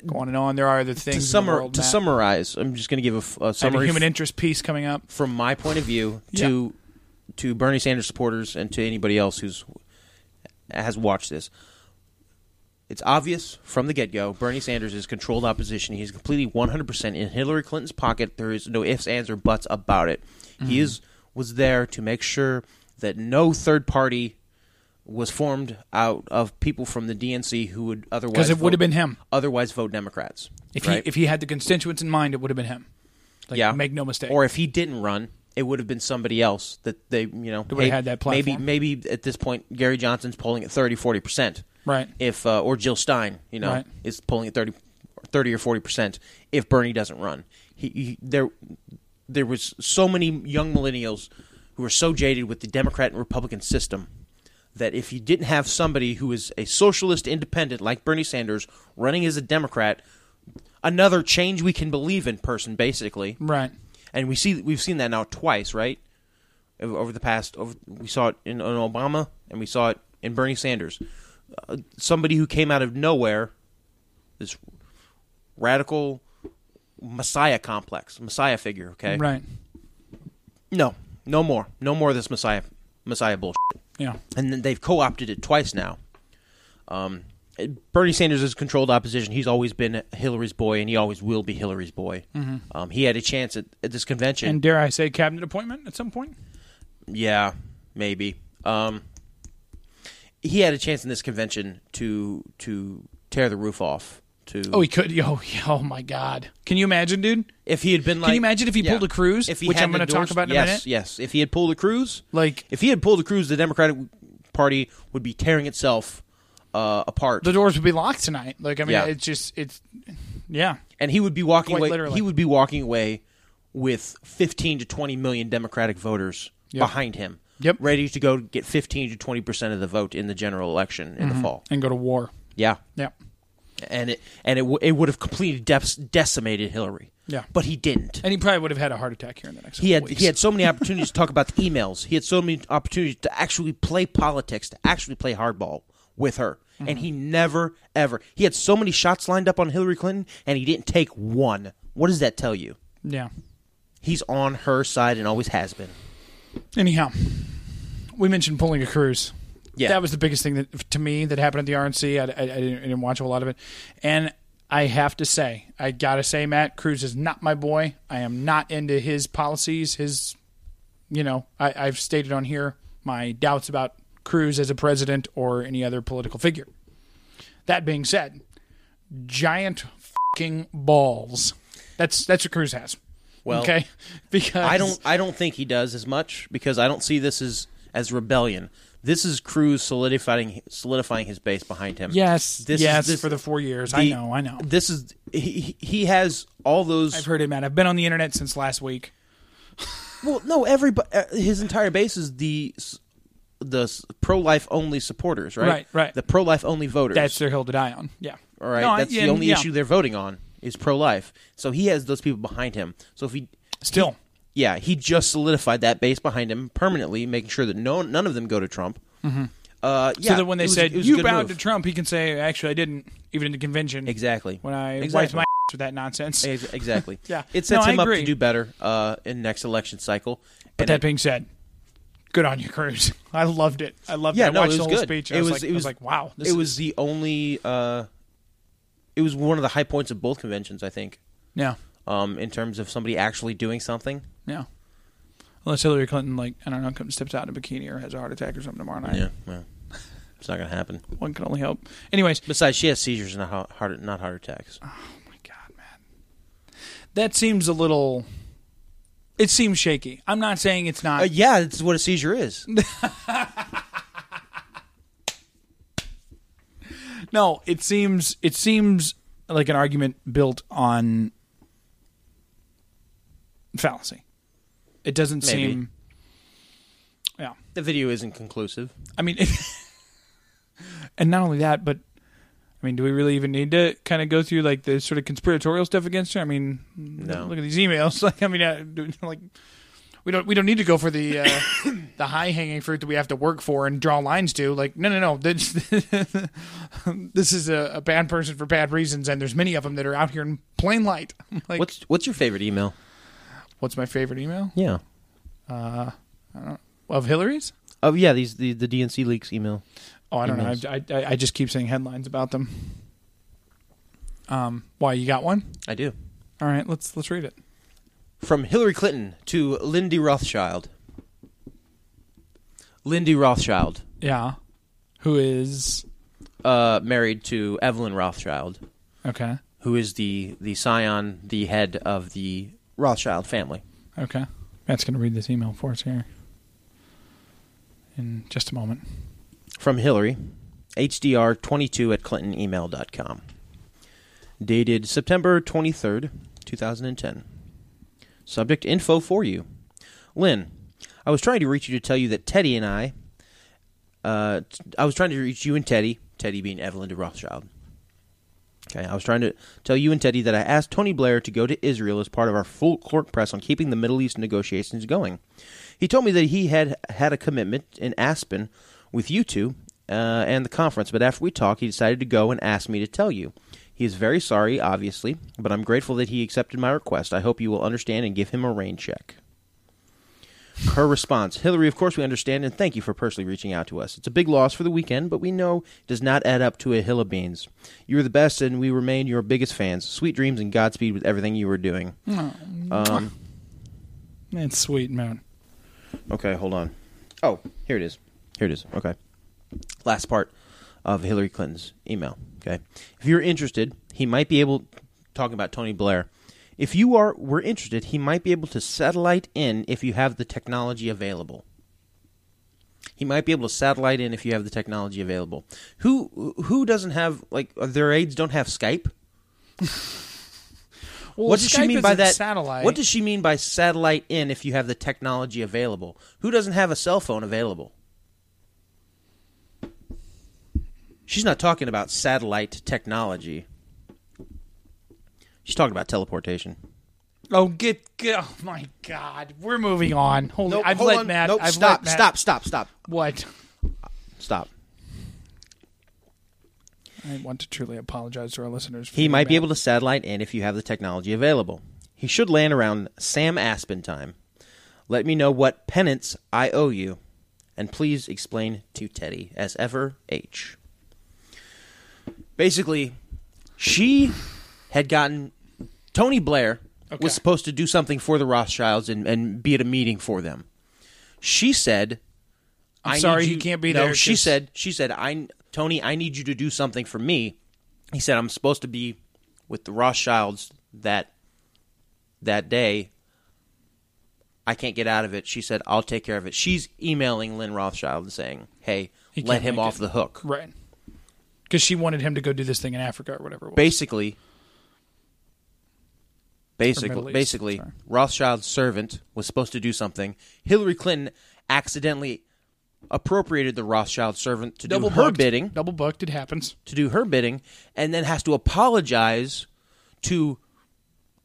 S1: go on and on. There are other things.
S2: Um, to,
S1: in the
S2: summa-
S1: world,
S2: to
S1: Matt.
S2: summarize, I'm just going to give a f- a,
S1: I have a
S2: summary
S1: human
S2: f-
S1: interest piece coming up.
S2: from my point of view to to Bernie Sanders supporters and to anybody else who's has watched this. It's obvious from the get go. Bernie Sanders is controlled opposition. He's completely 100% in Hillary Clinton's pocket. There is no ifs, ands, or buts about it.
S1: Mm-hmm.
S2: He is was there to make sure that no third party was formed out of people from the DNC who would otherwise
S1: 'Cause it would
S2: vote-
S1: have been him.
S2: Otherwise, vote Democrats.
S1: If
S2: right?
S1: he if he had the constituents in mind, it would have been him. Like,
S2: yeah.
S1: Make no mistake.
S2: Or if he didn't run, it would have been somebody else that they, you know,
S1: would've had that platform.
S2: Maybe, maybe at this point, Gary Johnson's polling at 30, 40 percent.
S1: Right.
S2: If uh, or Jill Stein, you know,
S1: Right.
S2: is polling at 30, 30 or forty percent. If Bernie doesn't run, he, he there, there was so many young millennials who were so jaded with the Democrat and Republican system that if you didn't have somebody who is a socialist independent like Bernie Sanders running as a Democrat, another change we can believe in person, basically
S1: right.
S2: and we see we've seen that now twice, right? Over over the past, over, we saw it in, in Obama, and we saw it in Bernie Sanders. Uh, somebody who came out of nowhere, this radical messiah complex, messiah figure. Okay,
S1: Right.
S2: No, no more, no more of this messiah, messiah bullshit.
S1: Yeah.
S2: And then they've co-opted it twice now. Um, Bernie Sanders is controlled opposition. He's always been Hillary's boy, and he always will be Hillary's boy. Um, he had a chance at, at this convention.
S1: Mm-hmm. And dare I say, cabinet appointment at some point?
S2: Yeah, maybe. Um, he had a chance in this convention to to tear the roof off. To
S1: Oh, he could. Oh, yeah, oh my God. Can you imagine, dude?
S2: if he had been, like,
S1: you imagine if he pulled a Cruz, which I'm
S2: hadn't
S1: gonna talk
S2: endorsed-
S1: about in a
S2: yes,
S1: minute?
S2: Yes, if he had pulled a Cruz,
S1: Like-
S2: if he had pulled a Cruz, the Democratic Party would be tearing itself uh, apart,
S1: The doors would be locked tonight. Like I mean,
S2: Yeah.
S1: it's just it's yeah.
S2: and he would be walking
S1: Quite
S2: away.
S1: literally.
S2: He would be walking away with 15 to 20 million Democratic voters behind him.
S1: Yep.
S2: ready to go get 15 to 20 percent of the vote in the general election in
S1: Mm-hmm.
S2: the fall.
S1: And go to war.
S2: Yeah,
S1: Yeah.
S2: and it and it, w- it would have completely def- decimated Hillary.
S1: Yeah.
S2: but he didn't.
S1: And he probably would have had a heart attack here in the next.
S2: He
S1: couple
S2: had
S1: weeks.
S2: he had so many opportunities to talk about the emails. He had so many opportunities to actually play politics, to actually play hardball with her,
S1: Mm-hmm.
S2: and he never ever. He had so many shots lined up on Hillary Clinton, and he didn't take one. What does that tell you?
S1: yeah.
S2: He's on her side and always has been.
S1: Anyhow, we mentioned pulling a cruise.
S2: Yeah.
S1: that was the biggest thing that to me that happened at the RNC. I, I, I didn't, I didn't watch a whole lot of it, and I have to say, I gotta say, Matt Cruz is not my boy. I am not into his policies. His, you know, I, I've stated on here my doubts about Cruz as a president or any other political figure. That being said, giant fucking balls. That's that's what Cruz has.
S2: Well,
S1: okay, because
S2: I don't I don't think he does as much because I don't see this as as rebellion. This is Cruz solidifying solidifying his base behind him.
S1: Yes,
S2: this
S1: yes, for the four years. I know, I know.
S2: This is he. He has all those.
S1: I've heard it, man. I've been on the internet since last week.
S2: uh, well, no, everybody. His entire base is the s- the pro life only supporters, right?
S1: Right, right.
S2: The pro life only voters.
S1: That's their hill to die on. Yeah.
S2: all right.
S1: No, I-
S2: that's
S1: yeah,
S2: the only
S1: yeah.
S2: issue they're voting on is pro life. So he has those people behind him. So if he
S1: Still,
S2: yeah, he just solidified that base behind him permanently, making sure that no none of them go to Trump. Mm-hmm. Uh, yeah,
S1: so that when they
S2: it was-
S1: said
S2: it was a
S1: you
S2: good
S1: bowed
S2: move.
S1: to Trump, he can say, "Actually, I didn't." Even in the convention,
S2: exactly
S1: When I wiped
S2: Exactly.
S1: my ass with that nonsense.
S2: Ex- exactly,
S1: Yeah.
S2: it sets
S1: No, I
S2: him up
S1: agree.
S2: to do better uh, in next election cycle.
S1: But
S2: And
S1: that
S2: it-
S1: being said, good on you, Cruz. I loved it. I loved
S2: yeah,
S1: it. I
S2: no,
S1: watched
S2: it was
S1: the whole
S2: good.
S1: speech.
S2: It
S1: I was,
S2: was,
S1: like,
S2: it
S1: I
S2: was,
S1: was like, wow. This
S2: it
S1: is-
S2: was the only. Uh, it was one of the high points of both conventions, I think,
S1: yeah,
S2: um, in terms of somebody actually doing something.
S1: yeah. Unless Hillary Clinton, like I don't know, comes steps out in a bikini or has a heart attack or something tomorrow night.
S2: Yeah, well, it's not going to happen.
S1: One can only hope. Anyways,
S2: Besides, she has seizures, and not heart, not heart attacks.
S1: God, man, that seems a little. It seems shaky. I'm not saying it's not.
S2: Uh, yeah, that's what a seizure is.
S1: No, it seems it seems like an argument built on fallacy. It doesn't
S2: Maybe.
S1: seem. Yeah,
S2: the video isn't conclusive.
S1: I mean, and not only that, but I mean, do we really even need to kind of go through like the sort of conspiratorial stuff against her? I mean,
S2: No.
S1: look at these emails. Like, I mean, uh, do- like we don't we don't need to go for the uh, the high hanging fruit that we have to work for and draw lines to. Like, no, no, no. This, this is a, a bad person for bad reasons, and there's many of them that are out here in plain light. Like,
S2: What's what's your favorite email?
S1: what's my favorite email
S2: Yeah.
S1: of Hillary's?
S2: Oh yeah, these the, the DNC leaks email.
S1: Oh, I don't
S2: Emails.
S1: know. I, I I just keep seeing headlines about them. Um, why you got one?
S2: I do.
S1: All right, let's let's read it.
S2: From Hillary Clinton to Lindy Rothschild. Lindy Rothschild,
S1: Yeah, who is
S2: uh, married to Evelyn Rothschild,
S1: okay?
S2: who is the the scion, the head of the Rothschild family.
S1: Okay, Matt's gonna read this email for us here in just a moment.
S2: From Hillary, HDR22 at ClintonEmail.com. Dated September 23rd, 2010. Subject info for you. Lynn, I was trying to reach you to tell you that Teddy and I. Uh, t- I was trying to reach you and Teddy, Teddy being Evelyn de Rothschild. Okay, I was trying to tell you and Teddy that I asked Tony Blair to go to Israel as part of our full court press on keeping the Middle East negotiations going. He told me that he had had a commitment in Aspen with you two uh, and the conference, but after we talked, he decided to go and asked me to tell you. He is very sorry, obviously, but I'm grateful that he accepted my request. I hope you will understand and give him a rain check. Her response Hillary, of course, we understand and thank you for personally reaching out to us. It's a big loss for the weekend, but we know it does not add up to a hill of beans. You are the best, and we remain your biggest fans. Sweet dreams and Godspeed with everything you are doing. Um,
S1: It's sweet, man.
S2: Okay, hold on. Oh, here it is. Here it is. Okay. Last part of Hillary Clinton's email. Okay. If you're interested, he might be able talking about Tony Blair. If you are were interested, he might be able to satellite in if you have the technology available. He might be able to satellite in if you have the technology available. Who who doesn't have like their aides don't have Skype?
S1: Well,
S2: what does she
S1: Skype
S2: mean by
S1: isn't
S2: that
S1: satellite?
S2: What does she mean by satellite in if you have the technology available? Who doesn't have a cell phone available? She's not talking about satellite technology. She's talking about teleportation.
S1: oh get, get oh my god, we're moving on. Holy,
S2: Nope,
S1: I've
S2: hold
S1: let
S2: on.
S1: Matt.
S2: Nope,
S1: I've
S2: stop,
S1: let Matt-
S2: stop, stop, stop,
S1: What?
S2: stop.
S1: I want to truly apologize to our listeners. For
S2: He
S1: the
S2: might be
S1: Matt-
S2: able to satellite in if you have the technology available. He should land around Sam Aspen time. Let me know what penance I owe you, and please explain to Teddy as ever H. Basically, she had gotten Tony Blair
S1: Okay.
S2: was supposed to do something for the Rothschilds and, and be at a meeting for them. She said, "I'm
S1: sorry he can't be
S2: no,
S1: there
S2: She
S1: 'cause-
S2: said, "She said, I Tony, I need you to do something for me." He said, "I'm supposed to be with the Rothschilds that that day. I can't get out of it." She said, "I'll take care of it." She's emailing Lynn Rothschild and saying, "Hey,
S1: He
S2: let
S1: can't
S2: him
S1: make
S2: off
S1: it."
S2: the hook."
S1: right because she wanted him to go do this thing in Africa or whatever. It was.
S2: basically
S1: Middle
S2: basically
S1: East,
S2: basically
S1: sorry.
S2: Rothschild's servant was supposed to do something. Hillary Clinton accidentally appropriated the Rothschild servant to
S1: Double
S2: do her
S1: booked.
S2: bidding,
S1: Double booked. It happens.
S2: to do her bidding, and then has to apologize to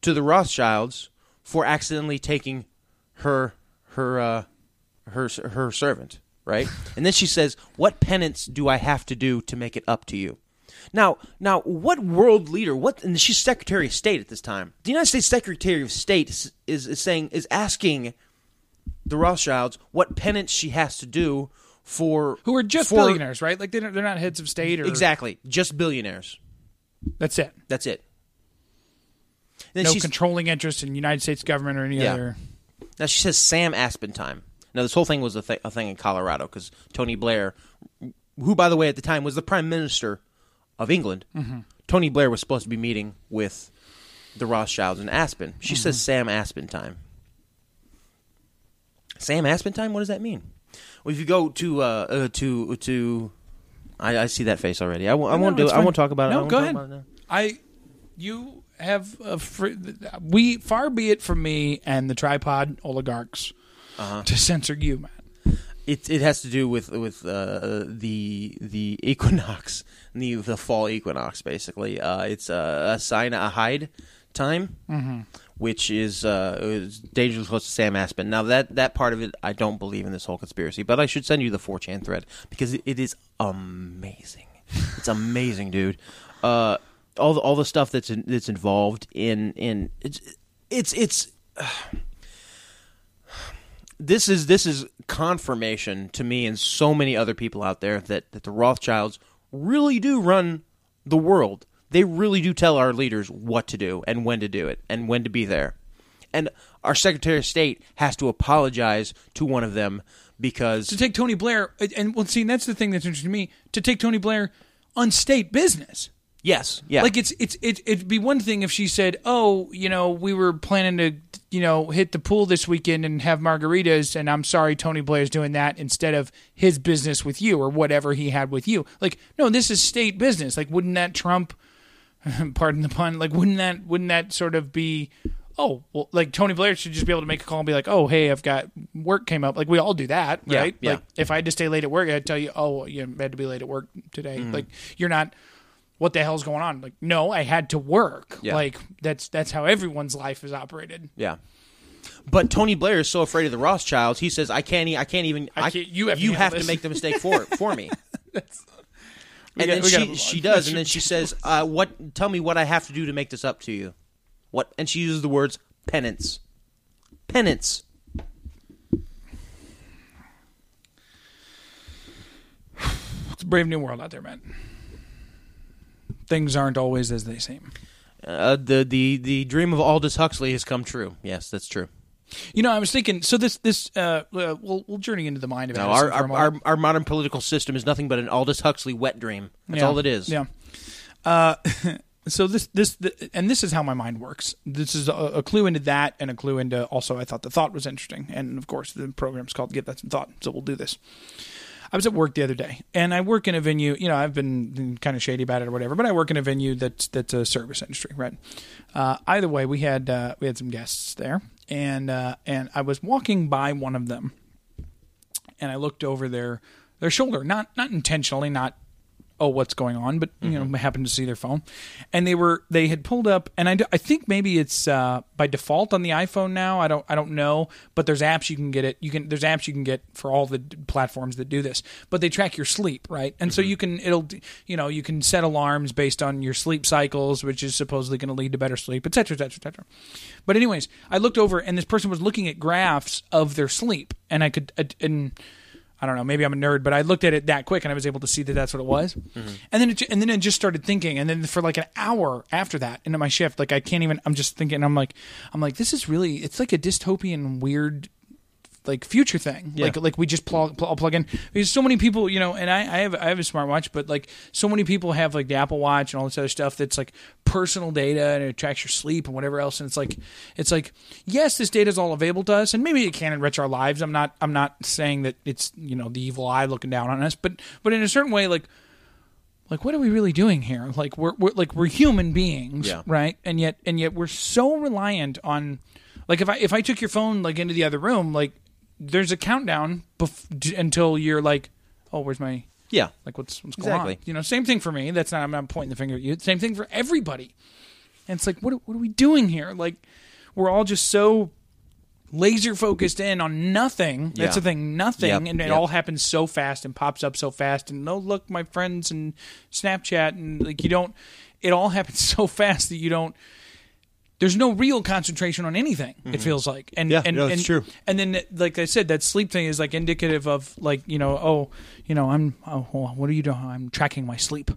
S2: to the Rothschilds for accidentally taking her her uh, her her servant, right? and then she says, "What penance do I have to do to make it up to you?" Now, now, what world leader? What? And she's Secretary of State at this time. The United States Secretary of State is, is, is saying is asking the Rothschilds what penance she has to do for
S1: Who are just
S2: for-
S1: billionaires, right? Like they don't, they're not heads of state or
S2: Exactly, just billionaires.
S1: That's it.
S2: That's it. Then
S1: no
S2: she's-
S1: controlling interest in United States government or any
S2: Yeah.
S1: other.
S2: Now she says Sam Aspen time. Now this whole thing was a, th- a thing in Colorado because Tony Blair, who by the way at the time was the prime minister of England,
S1: Mm-hmm.
S2: Tony Blair was supposed to be meeting with the Rothschilds in Aspen. She says
S1: Mm-hmm.
S2: Sam Aspen time. Sam Aspen time. What does that mean? Well, if you go to uh, uh, to to, I, I see that face already. I, w- I won't
S1: No,
S2: do.
S1: it's
S2: It. I
S1: fine.
S2: won't talk about it. I
S1: No,
S2: won't
S1: go
S2: talk
S1: ahead.
S2: about it now.
S1: I, you have a free, we far be it from me and the tripod oligarchs
S2: Uh-huh.
S1: to censor you, man.
S2: It it has to do with with uh, the the equinox, the the fall equinox. Basically, uh, it's a, a sign a hide time, which is uh, is dangerously close to Sam Aspen. Now that that part of it, I don't believe in this whole conspiracy, but I should send you the 4chan thread because it, it is amazing. It's amazing, dude. Uh, all the, all the stuff that's in, that's involved in in it's it's it's this is this is confirmation to me and so many other people out there that, that the Rothschilds really do run the world. They really do tell our leaders what to do and when to do it and when to be there. And our Secretary of State has to apologize to one of them
S1: To
S2: because
S1: take Tony Blair, and well, see, and that's the thing that's interesting to me. To take Tony Blair on state business.
S2: yes, yeah,
S1: Like it's it's it, it'd be one thing if she said, "Oh, you know, we were planning to, you know, hit the pool this weekend and have margaritas, and I'm sorry, Tony Blair's doing that instead of his business with you or whatever he had with you." Like, no, this is state business. Like, wouldn't that Trump? pardon the pun. Like, wouldn't that wouldn't that sort of be? Oh, well, like Tony Blair should just be able to make a call and be like, "Oh, hey, I've got work came up." Like we all do that,
S2: Yeah,
S1: right?
S2: yeah.
S1: Like if I had to stay late at work, I'd tell you, "Oh, you had to be late at work today."
S2: Mm-hmm.
S1: Like you're not. What the hell's going on? Like, no, I had to work.
S2: Yeah.
S1: Like that's that's how everyone's life is operated.
S2: yeah. But Tony Blair is so afraid of the Rothschilds, he says, "I can't, e- I can't even.
S1: I can't- you have to handle
S2: have to
S1: this."
S2: make the mistake for for me." and
S1: got-
S2: then
S1: we gotta
S2: she
S1: move
S2: she
S1: on.
S2: does, and then she says, uh, "What? Tell me what I have to do to make this up to you." What? And she uses the words penance, penance.
S1: It's a brave new world out there, man. Things aren't always as they seem.
S2: Uh, the the the dream of Aldous Huxley has come true. Yes, that's true.
S1: You know, I was thinking. So this this uh, uh we'll we'll journey into the mind of
S2: Now,
S1: Addison for
S2: our
S1: a
S2: our,
S1: moment.
S2: our our modern political system is nothing but an Aldous Huxley wet dream. That's
S1: Yeah.
S2: all it is.
S1: Yeah. Uh, so this this the, and this is how my mind works. This is a, a clue into that, and a clue into also. I thought the thought was interesting, and of course the program's called "Give That Some Thought," so we'll do this. I was at work the other day, and I work in a venue. You know, I've been kind of shady about it or whatever, but I work in a venue that's that's a service industry, right? Uh, either way, we had uh, we had some guests there, and uh, and I was walking by one of them, and I looked over their their shoulder, not not intentionally, not oh what's going on, but you know I happened to see their phone, and they were they had pulled up, and I, do- I think maybe it's uh, by default on the iPhone now. I don't I don't know, but there's apps you can get it. You can there's apps you can get for all the d- platforms that do this, but they track your sleep, right? And so you can it'll d- you know you can set alarms based on your sleep cycles, which is supposedly going to lead to better sleep, et cetera, et cetera, et cetera. But anyways, I looked over, and this person was looking at graphs of their sleep, and I could uh, and. I don't know. Maybe I'm a nerd, but I looked at it that quick and I was able to see that that's what it was. And then it, ju- and then it just started thinking. And then for like an hour after that, into my shift, like I can't even. I'm just thinking. I'm like, I'm like, this is really. It's like a dystopian, weird, like future thing. Like like we just plug pl- plug in. Because so many people, you know, and I, I have I have a smartwatch, but like so many people have like the Apple Watch and all this other stuff that's like personal data and it tracks your sleep and whatever else. And it's like it's like yes, this data is all available to us, and maybe it can enrich our lives. I'm not I'm not saying that it's you know the evil eye looking down on us, but but in a certain way, like like what are we really doing here like we're, we're like we're human beings
S2: Yeah.
S1: right and yet and yet we're so reliant on like if i if i took your phone like into the other room like there's a countdown bef- d- until you're like, oh, where's my
S2: Yeah.
S1: like what's what's going
S2: Exactly.
S1: on? You know, same thing for me. That's not I'm not pointing the finger at you. Same thing for everybody. And it's like, what what are we doing here? Like, we're all just so laser focused in on nothing. That's the
S2: Yeah.
S1: thing, nothing,
S2: Yep,
S1: and it
S2: yep.
S1: all happens so fast and pops up so fast. And oh, look, my friends and Snapchat and like you don't. It all happens so fast that you don't. There's no real concentration on anything. It feels like, and
S2: Mm-hmm. Yeah,
S1: and,
S2: no, it's
S1: and-
S2: true.
S1: And then, like I said, that sleep thing is like indicative of like you know, oh, you know, I'm oh, well, what are you doing? I'm tracking my sleep.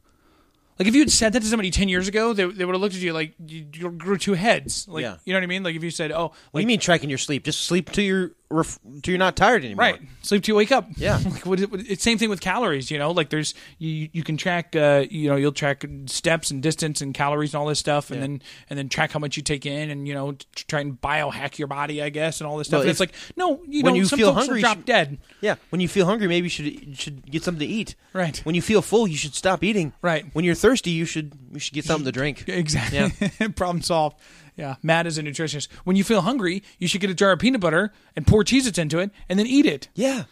S1: Like if you had said that to somebody ten years ago, they, they would have looked at you like you, you grew two heads. Like
S2: Yeah.
S1: you know what I mean? Like if you said, oh,
S2: What do
S1: like
S2: you mean tracking your sleep? Just sleep till you're ref- till you're not tired anymore.
S1: Right. Sleep till you wake up.
S2: Yeah.
S1: like, what, what, it's same thing with calories. You know, like there's you you can track. Uh, you know, you'll track steps and distance and calories and all this stuff, and then and then track how much you take in, and you know, t- try and biohack your body, I guess, and all this stuff.
S2: Well,
S1: and
S2: if-
S1: it's like no, you
S2: when
S1: don't.
S2: you
S1: some
S2: feel
S1: folks will
S2: hungry, you
S1: drop
S2: should-
S1: dead.
S2: Yeah. When you feel hungry, maybe you should you should get something to eat.
S1: Right.
S2: When you feel full, you should stop eating.
S1: Right.
S2: When you're thirsty, you should you should get something to drink.
S1: Exactly. Problem solved. Yeah. Matt is a nutritionist. When you feel hungry, you should get a jar of peanut butter and pour Cheez-Its into it, and then eat it.
S2: Yeah.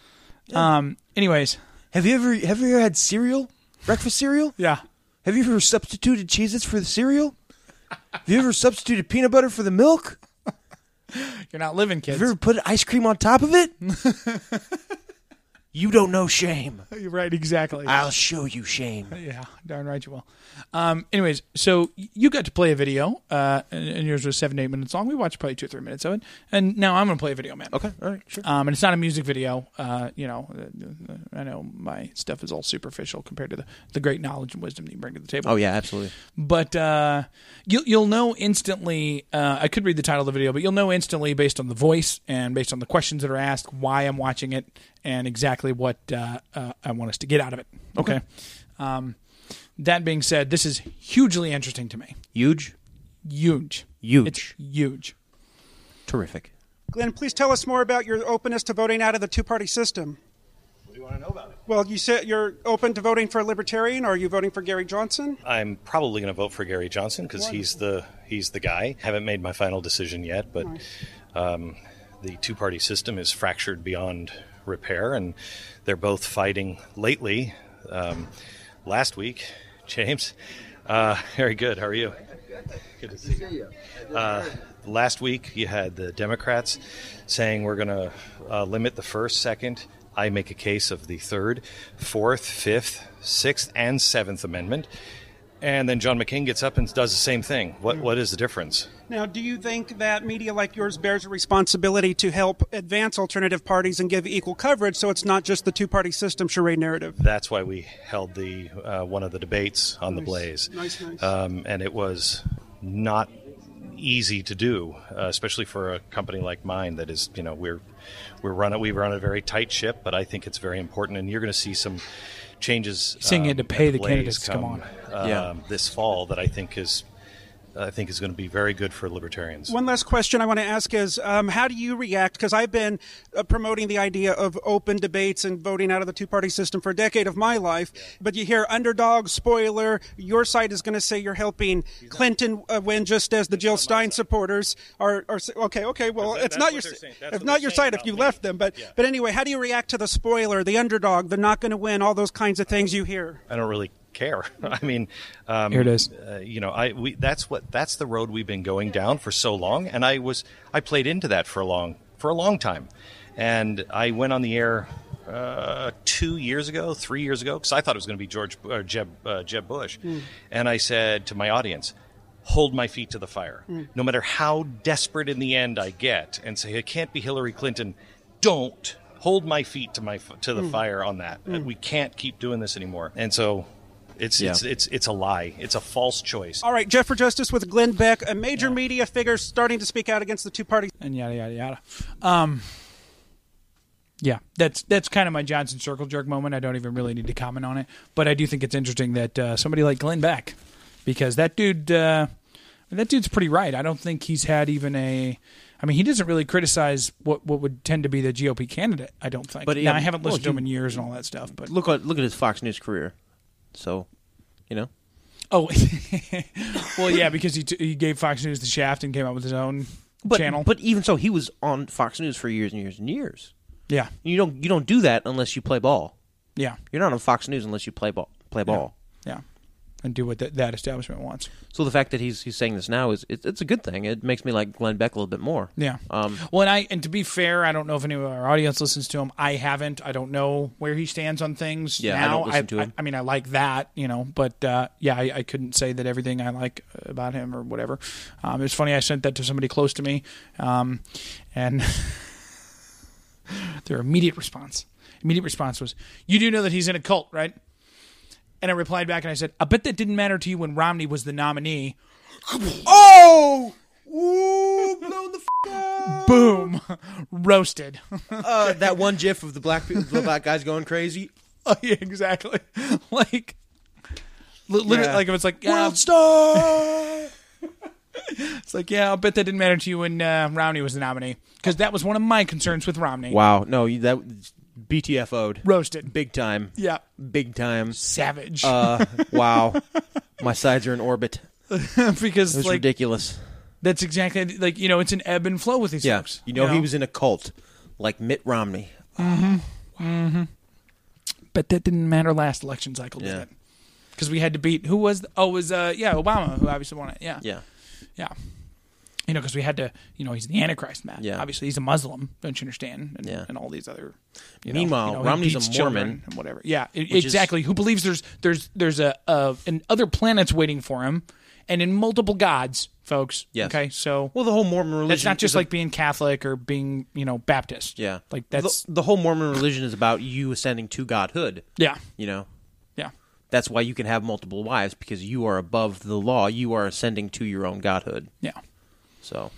S1: Um. Anyways.
S2: Have you ever have you ever had cereal? Breakfast cereal?
S1: Yeah.
S2: Have you ever substituted Cheez-Its for the cereal? Have you ever substituted peanut butter for the milk?
S1: You're not living, kids.
S2: Have you ever put ice cream on top of it? you don't know shame.
S1: You're right. Exactly.
S2: I'll show you shame.
S1: Yeah, darn right you will. Um, anyways, so y- you got to play a video, uh, and, and yours was seven to eight minutes long. We watched probably two or three minutes of it, and now I'm going to play a video, man.
S2: Okay, all right, sure.
S1: Um, and it's not a music video. Uh, you know, uh, uh, I know my stuff is all superficial compared to the, the great knowledge and wisdom that you bring to the table.
S2: Oh yeah, absolutely.
S1: But uh, you'll you'll know instantly. Uh, I could read the title of the video, but you'll know instantly based on the voice and based on the questions that are asked, why I'm watching it, and exactly what uh, uh, I want us to get out of it. Okay. Um, that being said, this is hugely interesting to me.
S2: Huge,
S1: Huge.
S2: Huge.
S1: It's huge.
S2: terrific.
S6: Glenn, please tell us more about your openness to voting out of the two party system. What do you want to know about it? Well, you said you're open to voting for a libertarian, or are you voting for Gary Johnson?
S7: I'm probably going to vote for Gary Johnson because he's the he's the guy. Haven't made my final decision yet, but um, the two party system is fractured beyond repair, and they're both fighting lately. Um, last week, James, uh, very good. How are you? Good to see you. Uh, last week, you had the Democrats saying we're going to uh, limit the first, second. I make a case of the third, fourth, fifth, sixth, and seventh amendment. And then John McCain gets up and does the same thing. What what is the difference?
S6: Now, do you think that media like yours bears a responsibility to help advance alternative parties and give equal coverage so it's not just the two party system charade narrative?
S7: That's why we held the uh, one of the debates on the Blaze,
S6: Nice, nice.
S7: Um, and it was not easy to do, uh, especially for a company like mine that is you know we're we're run we run a very tight ship, but I think it's very important, and you're going to see some changes.
S1: saying you had to pay
S7: at
S1: the
S7: Blaze
S1: candidates, come on.
S7: um,
S2: Yeah.
S7: this fall that I think is I think is going to be very good for libertarians.
S6: One last question I want to ask is um, how do you react? Because I've been uh, promoting the idea of open debates and voting out of the two party system for a decade of my life, but you hear underdog, spoiler, your side is going to say you're helping Clinton uh, win just as the Jill Stein supporters are, are. s- Okay, okay, well,
S7: That-
S6: it's
S7: that's
S6: not
S7: what
S6: your,
S7: they're
S6: s-
S7: saying. That's
S6: if
S7: what
S6: not
S7: they're
S6: your
S7: saying
S6: side if
S7: about
S6: you
S7: me.
S6: left them. But, but anyway, how do you react to the spoiler, the underdog, the not going to win, all those kinds of things you hear?
S7: I don't really care. I mean, um,
S1: Here it is.
S7: Uh, you know, I we that's what that's the road we've been going down for so long, and I was I played into that for a long for a long time, and I went on the air uh, two years ago, three years ago, because I thought it was going to be George or Jeb uh, Jeb Bush, and I said to my audience. Hold my feet to the fire. No matter how desperate in the end I get and say, it can't be Hillary Clinton, don't hold my feet to my f- to the fire on that. We can't keep doing this anymore. And so, it's
S2: Yeah.
S7: it's it's it's a lie. It's a false choice.
S6: All right, Jeff for Justice with Glenn Beck, a major media figure starting to speak out against the two party
S1: and yada yada yada. Um, yeah, that's that's kind of my Johnson circle jerk moment. I don't even really need to comment on it, but I do think it's interesting that uh, somebody like Glenn Beck, because that dude, uh, that dude's pretty right. I don't think he's had even a. I mean, he doesn't really criticize what, what would tend to be the GOP candidate. I don't think.
S2: But,
S1: now,
S2: yeah,
S1: I haven't
S2: well,
S1: listened to him
S2: he-
S1: in years and all that stuff. But
S2: Look at look at his Fox News career. So, you know,
S1: oh, well, yeah, because he t- he gave Fox News the shaft and came out with his own
S2: but
S1: channel.
S2: but even so, he was on Fox News for years and years and years.
S1: Yeah.
S2: You don't you don't do that unless you play ball.
S1: Yeah.
S2: You're not on Fox News unless you play ball. Play ball.
S1: Yeah. And do what that that establishment wants.
S2: So the fact that he's he's saying this now is it's, it's a good thing. It makes me like Glenn Beck a little bit more.
S1: Yeah.
S2: Um,
S1: well, and I and to be fair, I don't know if any of our audience listens to him. I haven't. I don't know where he stands on things.
S2: Yeah, I
S1: now.
S2: don't listen to him.
S1: I, mean, I like that, you know, but uh, yeah, I, I couldn't say that everything I like uh, about him or whatever. Um, it was funny. I sent that to somebody close to me, um, and their immediate response, immediate response was, "You do know that he's in a cult, right?" And I replied back and I said, "I bet that didn't matter to you when Romney was the nominee."
S6: Oh! Ooh, blown the f-
S1: Boom, roasted.
S2: uh, that one GIF of the black people, the black guys going crazy.
S1: Oh, yeah, exactly. like, li- literally,
S2: Yeah.
S1: like if it's like, yeah,
S2: World star.
S1: it's like, yeah, I'll bet that didn't matter to you when uh, Romney was the nominee because that was one of my concerns with Romney.
S2: wow. No, you- that BTFO'd.
S1: Roasted.
S2: Big time.
S1: Yeah.
S2: Big time.
S1: Savage.
S2: Uh, wow. My sides are in orbit.
S1: because
S2: It was
S1: like
S2: ridiculous.
S1: that's exactly like you know it's an ebb and flow with these
S2: Yeah.
S1: folks.
S2: You know, he was in a cult like Mitt Romney.
S1: but that didn't matter last election cycle, did
S2: Yeah.
S1: it? Because we had to beat who was oh it was uh yeah Obama who obviously won it yeah
S2: Yeah.
S1: yeah. You know, because we had to, you know, he's the Antichrist, Matt.
S2: Yeah.
S1: Obviously, he's a Muslim, don't you understand? And,
S2: Yeah.
S1: and all these other. you know,
S2: Meanwhile,
S1: you know, he
S2: Romney's a
S1: beats
S2: Mormon.
S1: children and whatever. Yeah, e-
S2: is-
S1: exactly. Who believes there's there's there's a uh, an other planets waiting for him, and in multiple gods, folks.
S2: Yes.
S1: Okay, so
S2: Well, the whole Mormon religion.
S1: that's not
S2: is
S1: just
S2: a-
S1: like being Catholic or being you know Baptist.
S2: Yeah.
S1: like that's
S2: The, the whole Mormon religion is about you ascending to godhood.
S1: yeah
S2: You know?
S1: yeah
S2: That's why you can have multiple wives because you are above the law. You are ascending to your own godhood.
S1: yeah
S2: So,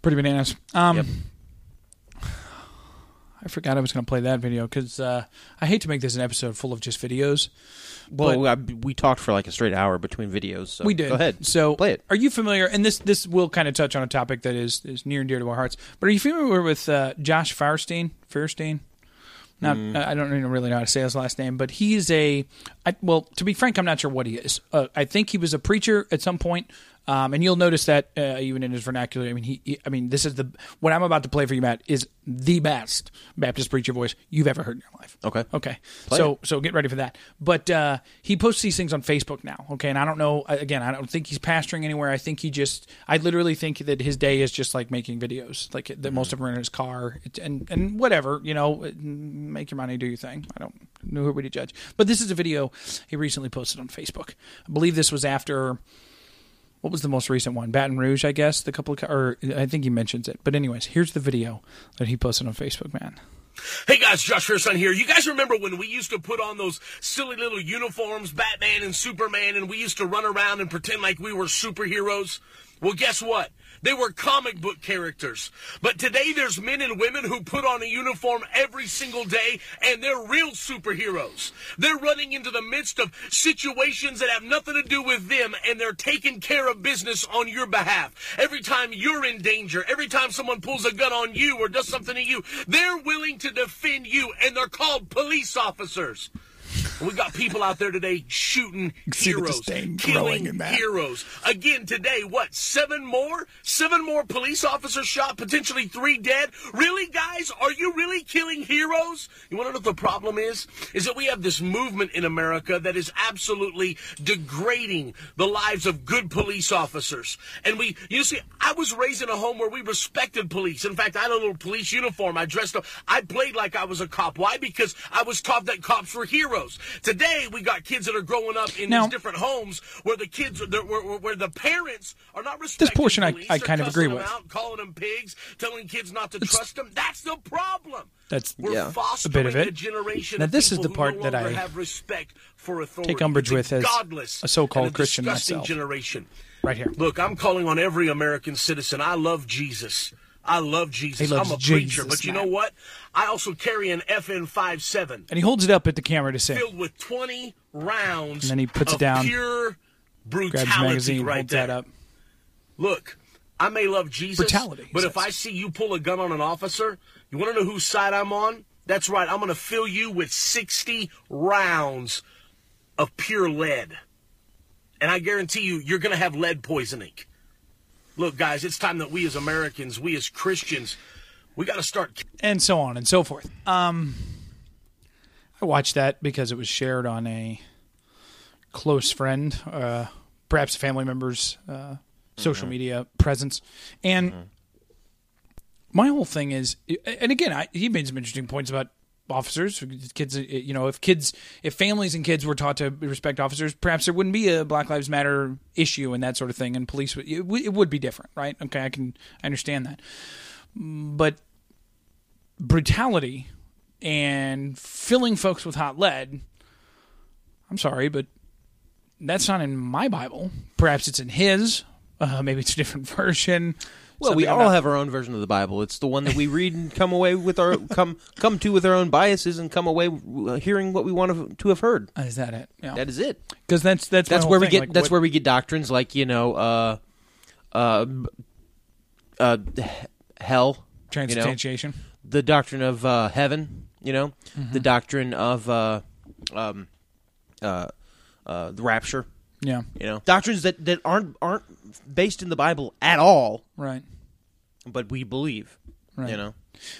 S1: pretty bananas. Um,
S2: yep.
S1: I forgot I was going to play that video because uh, I hate to make this an episode full of just videos.
S2: Well, I- we talked for like a straight hour between videos. So
S1: We did.
S2: Go ahead.
S1: So
S2: play it.
S1: Are you familiar? And this this will kind of touch on a topic that is is near and dear to our hearts. But are you familiar with uh, Josh Firestein? Firestein. Not,
S2: Mm.
S1: I I don't even really know how to say his last name, but he's a, I, well, to be frank, I'm not sure what he is. Uh, I think he was a preacher at some point, um, and you'll notice that uh, even in his vernacular. I mean, he, he- I mean, this is the what I'm about to play for you, Matt, is the best Baptist preacher voice you've ever heard in your life.
S2: Okay.
S1: Okay. so so get ready for that. But uh, he posts these things on Facebook now. Okay, and I don't know. uh, Again, I don't think he's pastoring anywhere. I think he just. I literally think that his day is just like making videos. Like that, most of them are in his car It- and and whatever. You know, make your money, do your thing. I don't know who are we to judge. But this is a video he recently posted on Facebook. I believe this was after what was the most recent one? Baton Rouge, I guess. The couple of, or I think he mentions it. But anyways, here's the video that he posted on Facebook. Man.
S8: Hey guys, Josh Herson here. You guys remember when we used to put on those silly little uniforms, Batman and Superman, and we used to run around and pretend like we were superheroes? Well, guess what? They were comic book characters. But today there's men and women who put on a uniform every single day and they're real superheroes. They're running into the midst of situations that have nothing to do with them and they're taking care of business on your behalf. Every time you're in danger, every time someone pulls a gun on you or does something to you, they're willing to defend you and they're called police officers. We got people out there today shooting
S1: See the
S8: heroes,
S1: disdain growing
S8: killing
S1: in that.
S8: heroes. Again today, what? Seven more? Seven more police officers shot, potentially three dead. Really, guys? Are you really killing heroes? You want to know what the problem is? Is that we have this movement in America that is absolutely degrading the lives of good police officers. And we, you see, I was raised in a home where we respected police. In fact, I had a little police uniform. I dressed up. I played like I was a cop. Why? Because I was taught that cops were heroes. Today, we got kids that are growing up in
S1: Now-
S8: these different homes where the kids, are, where, where, where the parents are not respecting
S1: This portion I-
S8: police.
S1: I
S8: They're
S1: kind of
S8: cussing
S1: agree
S8: them
S1: with.
S8: Out, calling them pigs, telling kids not to trust them. That's the problem.
S1: That's-
S8: We're
S1: yeah, a
S8: fostering
S1: bit of it.
S8: A generation
S1: Now,
S8: of
S1: this is
S8: people
S1: the
S8: who
S1: part
S8: no
S1: that
S8: longer
S1: I
S8: have respect for authority.
S1: umbrage
S8: It's a
S1: with as
S8: godless
S1: a so-called
S8: and
S1: Christian
S8: disgusting
S1: myself.
S8: generation.
S1: Right here.
S8: Look, I'm calling on every American citizen. I love Jesus. I love Jesus.
S1: He loves
S8: I'm a preacher,
S1: Jesus,
S8: but you
S1: man.
S8: know what? I also carry an FN 57
S1: And he holds it up at the camera to say,
S8: filled with 20 rounds
S1: And then he puts it
S8: of
S1: down,
S8: pure
S1: grabs
S8: brutality
S1: his magazine,
S8: right
S1: holds
S8: there.
S1: that up.
S8: Look, I may love Jesus,
S1: Brutality, he
S8: but if
S1: says.
S8: I see you pull a gun on an officer, you want to know whose side I'm on? That's right. I'm going to fill you with 60 rounds of pure lead. And I guarantee you, you're going to have lead poisoning. Look, guys, it's time that we as Americans, we as Christians, We got to start.
S1: and so on and so forth. Um, I watched that because it was shared on a close friend, uh, perhaps a family member's uh, social
S9: Mhm.
S1: media presence, and my whole thing is, and again, I, he made some interesting points about officers, kids. You know, if kids, if families and kids were taught to respect officers, perhaps there wouldn't be a Black Lives Matter issue and that sort of thing, and police. would- It, would- it would be different, right? Okay, I can I understand that, but brutality and filling folks with hot lead. I'm sorry, but that's not in my Bible. Perhaps it's in his. Uh, maybe it's a different version.
S2: Well, we
S1: Something I'm
S2: all
S1: not-
S2: have our own version of the Bible. It's the one that we read and come away with our come come to with our own biases and come away uh, hearing what we want to- to have heard.
S1: Is that it? Yeah.
S2: That is it.
S1: Because that's that's my
S2: that's
S1: whole
S2: where we
S1: thing,
S2: get
S1: like,
S2: that's
S1: what-
S2: where we get doctrines like you know uh uh b- uh h- hell you know,
S1: Transubstantiation.
S2: the doctrine of uh heaven you know the
S1: Mhm.
S2: doctrine of uh um uh uh the rapture
S1: Yeah.
S2: you know doctrines that that aren't aren't based in the bible at all
S1: right
S2: but we believe
S1: Right.
S2: you know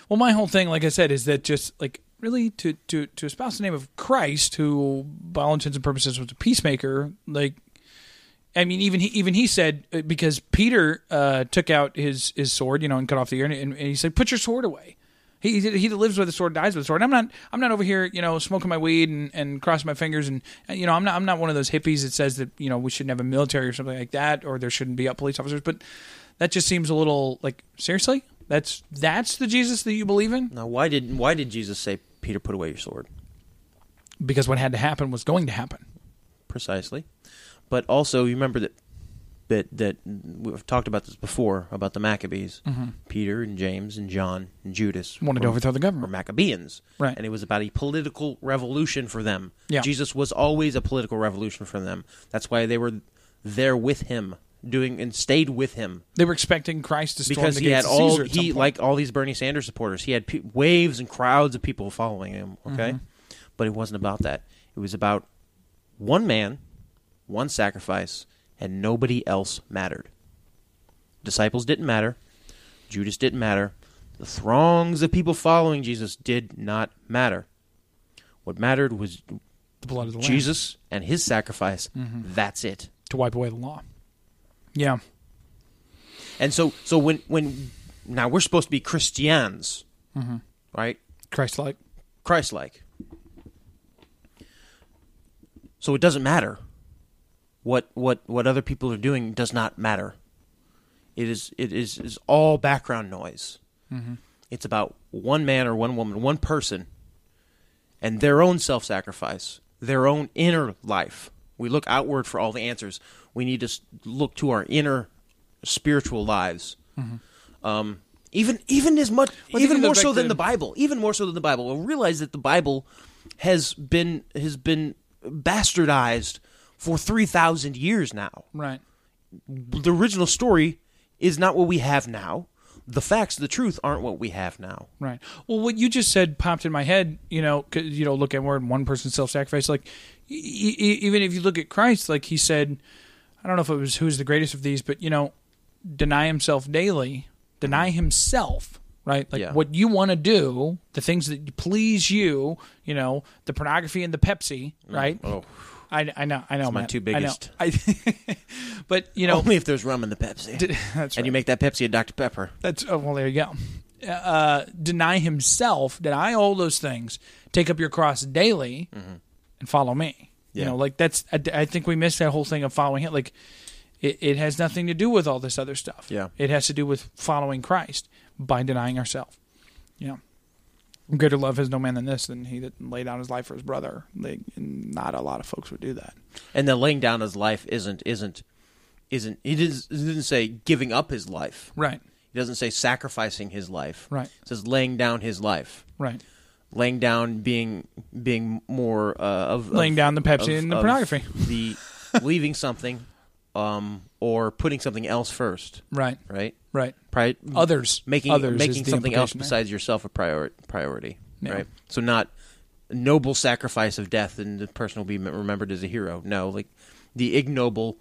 S1: Well, my whole thing, like I said, is that just like really to to to espouse the name of Christ, who by all intents and purposes was a peacemaker. Like, I mean, even he even he said uh, because Peter uh, took out his his sword, you know, and cut off the ear, and, and he said, "Put your sword away." He, he he that lives with a sword dies with a sword. And I'm not I'm not over here, you know, smoking my weed and, and crossing my fingers and and, you know I'm not I'm not one of those hippies that says that you know we shouldn't have a military or something like that or there shouldn't be up police officers. But that just seems a little like seriously. That's that's the Jesus that you believe in.
S2: now why did why did jesus say peter put away your sword
S1: because what had to happen was going to happen.
S2: precisely. But also, you remember that that that we've talked about this before about the Maccabees,
S1: Mhm.
S2: Peter and James and John and Judas
S1: Wanted to overthrow the government.
S2: Were Maccabeans,
S1: Right.
S2: And it was about a political revolution for them.
S1: Yeah.
S2: Jesus was always a political revolution for them. That's why they were there with him, doing and stayed with him
S1: They were expecting Christ to storm
S2: because
S1: the
S2: he had
S1: gates of
S2: all
S1: Caesar at some
S2: he
S1: point.
S2: like all these Bernie Sanders supporters. He had pe- waves and crowds of people following him. Okay,
S1: Mhm.
S2: but it wasn't about that. It was about one man, one sacrifice, and nobody else mattered. Disciples didn't matter. Judas didn't matter. The throngs of people following Jesus did not matter. What mattered was
S1: the blood of the Lamb.
S2: Jesus and his sacrifice.
S1: Mhm.
S2: That's it.
S1: to wipe away the law. Yeah.
S2: And so, so when when now we're supposed to be Christians,
S1: Mhm.
S2: right?
S1: Christ-like,
S2: Christ-like. So it doesn't matter what what what other people are doing does not matter. It is it is is all background noise.
S9: Mhm.
S2: It's about one man or one woman, one person, and their own self-sacrifice, their own inner life. We look outward for all the answers. We need to s- look to our inner spiritual lives.
S9: Mhm.
S2: Um, even even as much,
S9: Well, I think
S2: even
S9: it goes
S2: more
S9: back
S2: so than
S9: to-
S2: the Bible, even more so than the Bible. We'll realize that the Bible has been has been bastardized for three thousand years now
S1: Right.
S2: the original story is not what we have now. The facts, the truth, aren't what we have now.
S1: Right. Well, what you just said popped in my head. You know, 'cause, you know, look at word one person's self-sacrifice. Like, e- e- even if you look at Christ, like he said, I don't know if it was who's the greatest of these, but you know, deny himself daily, deny himself. Right. Like
S2: Yeah.
S1: what you want to do, the things that please you. You know, the pornography and the Pepsi. Right.
S2: Oh.
S1: I, I know. I know.
S2: It's my
S1: Matt.
S2: two
S1: I know.
S2: biggest.
S1: I but you know,
S2: only if there's rum in the Pepsi,
S1: Did- that's
S2: and you make that Pepsi a Dr Pepper.
S1: That's oh, well, there you go. Uh, deny himself, deny all those things, take up your cross daily, and follow me. You
S2: Mm-hmm. Yeah.
S1: know, like that's. I, I think we missed that whole thing of following him. Like, it, it has nothing to do with all this other stuff.
S2: Yeah.
S1: it has to do with following Christ by denying ourselves. You know, greater love has no man than this than he that laid down his life for his brother. Like, not a lot of folks would do that.
S2: And then laying down his life isn't isn't isn't he didn't, he didn't say giving up his life.
S1: Right.
S2: He doesn't say sacrificing his life.
S1: Right.
S2: It says laying down his life.
S1: Right.
S2: Laying down being being more uh, of
S1: Laying
S2: of-
S1: down the Pepsi
S2: of-
S1: and the
S2: of
S1: pornography.
S2: The leaving something um or putting something else first.
S1: Right.
S2: Right?
S1: Right.
S2: Pri-
S1: Others.
S2: making
S1: Others is
S2: making
S1: the
S2: something else
S1: implication there.
S2: besides yourself a priori- priority,
S1: Yeah.
S2: right? So not noble sacrifice of death and the person will be mem- remembered as a hero. No, like the ignoble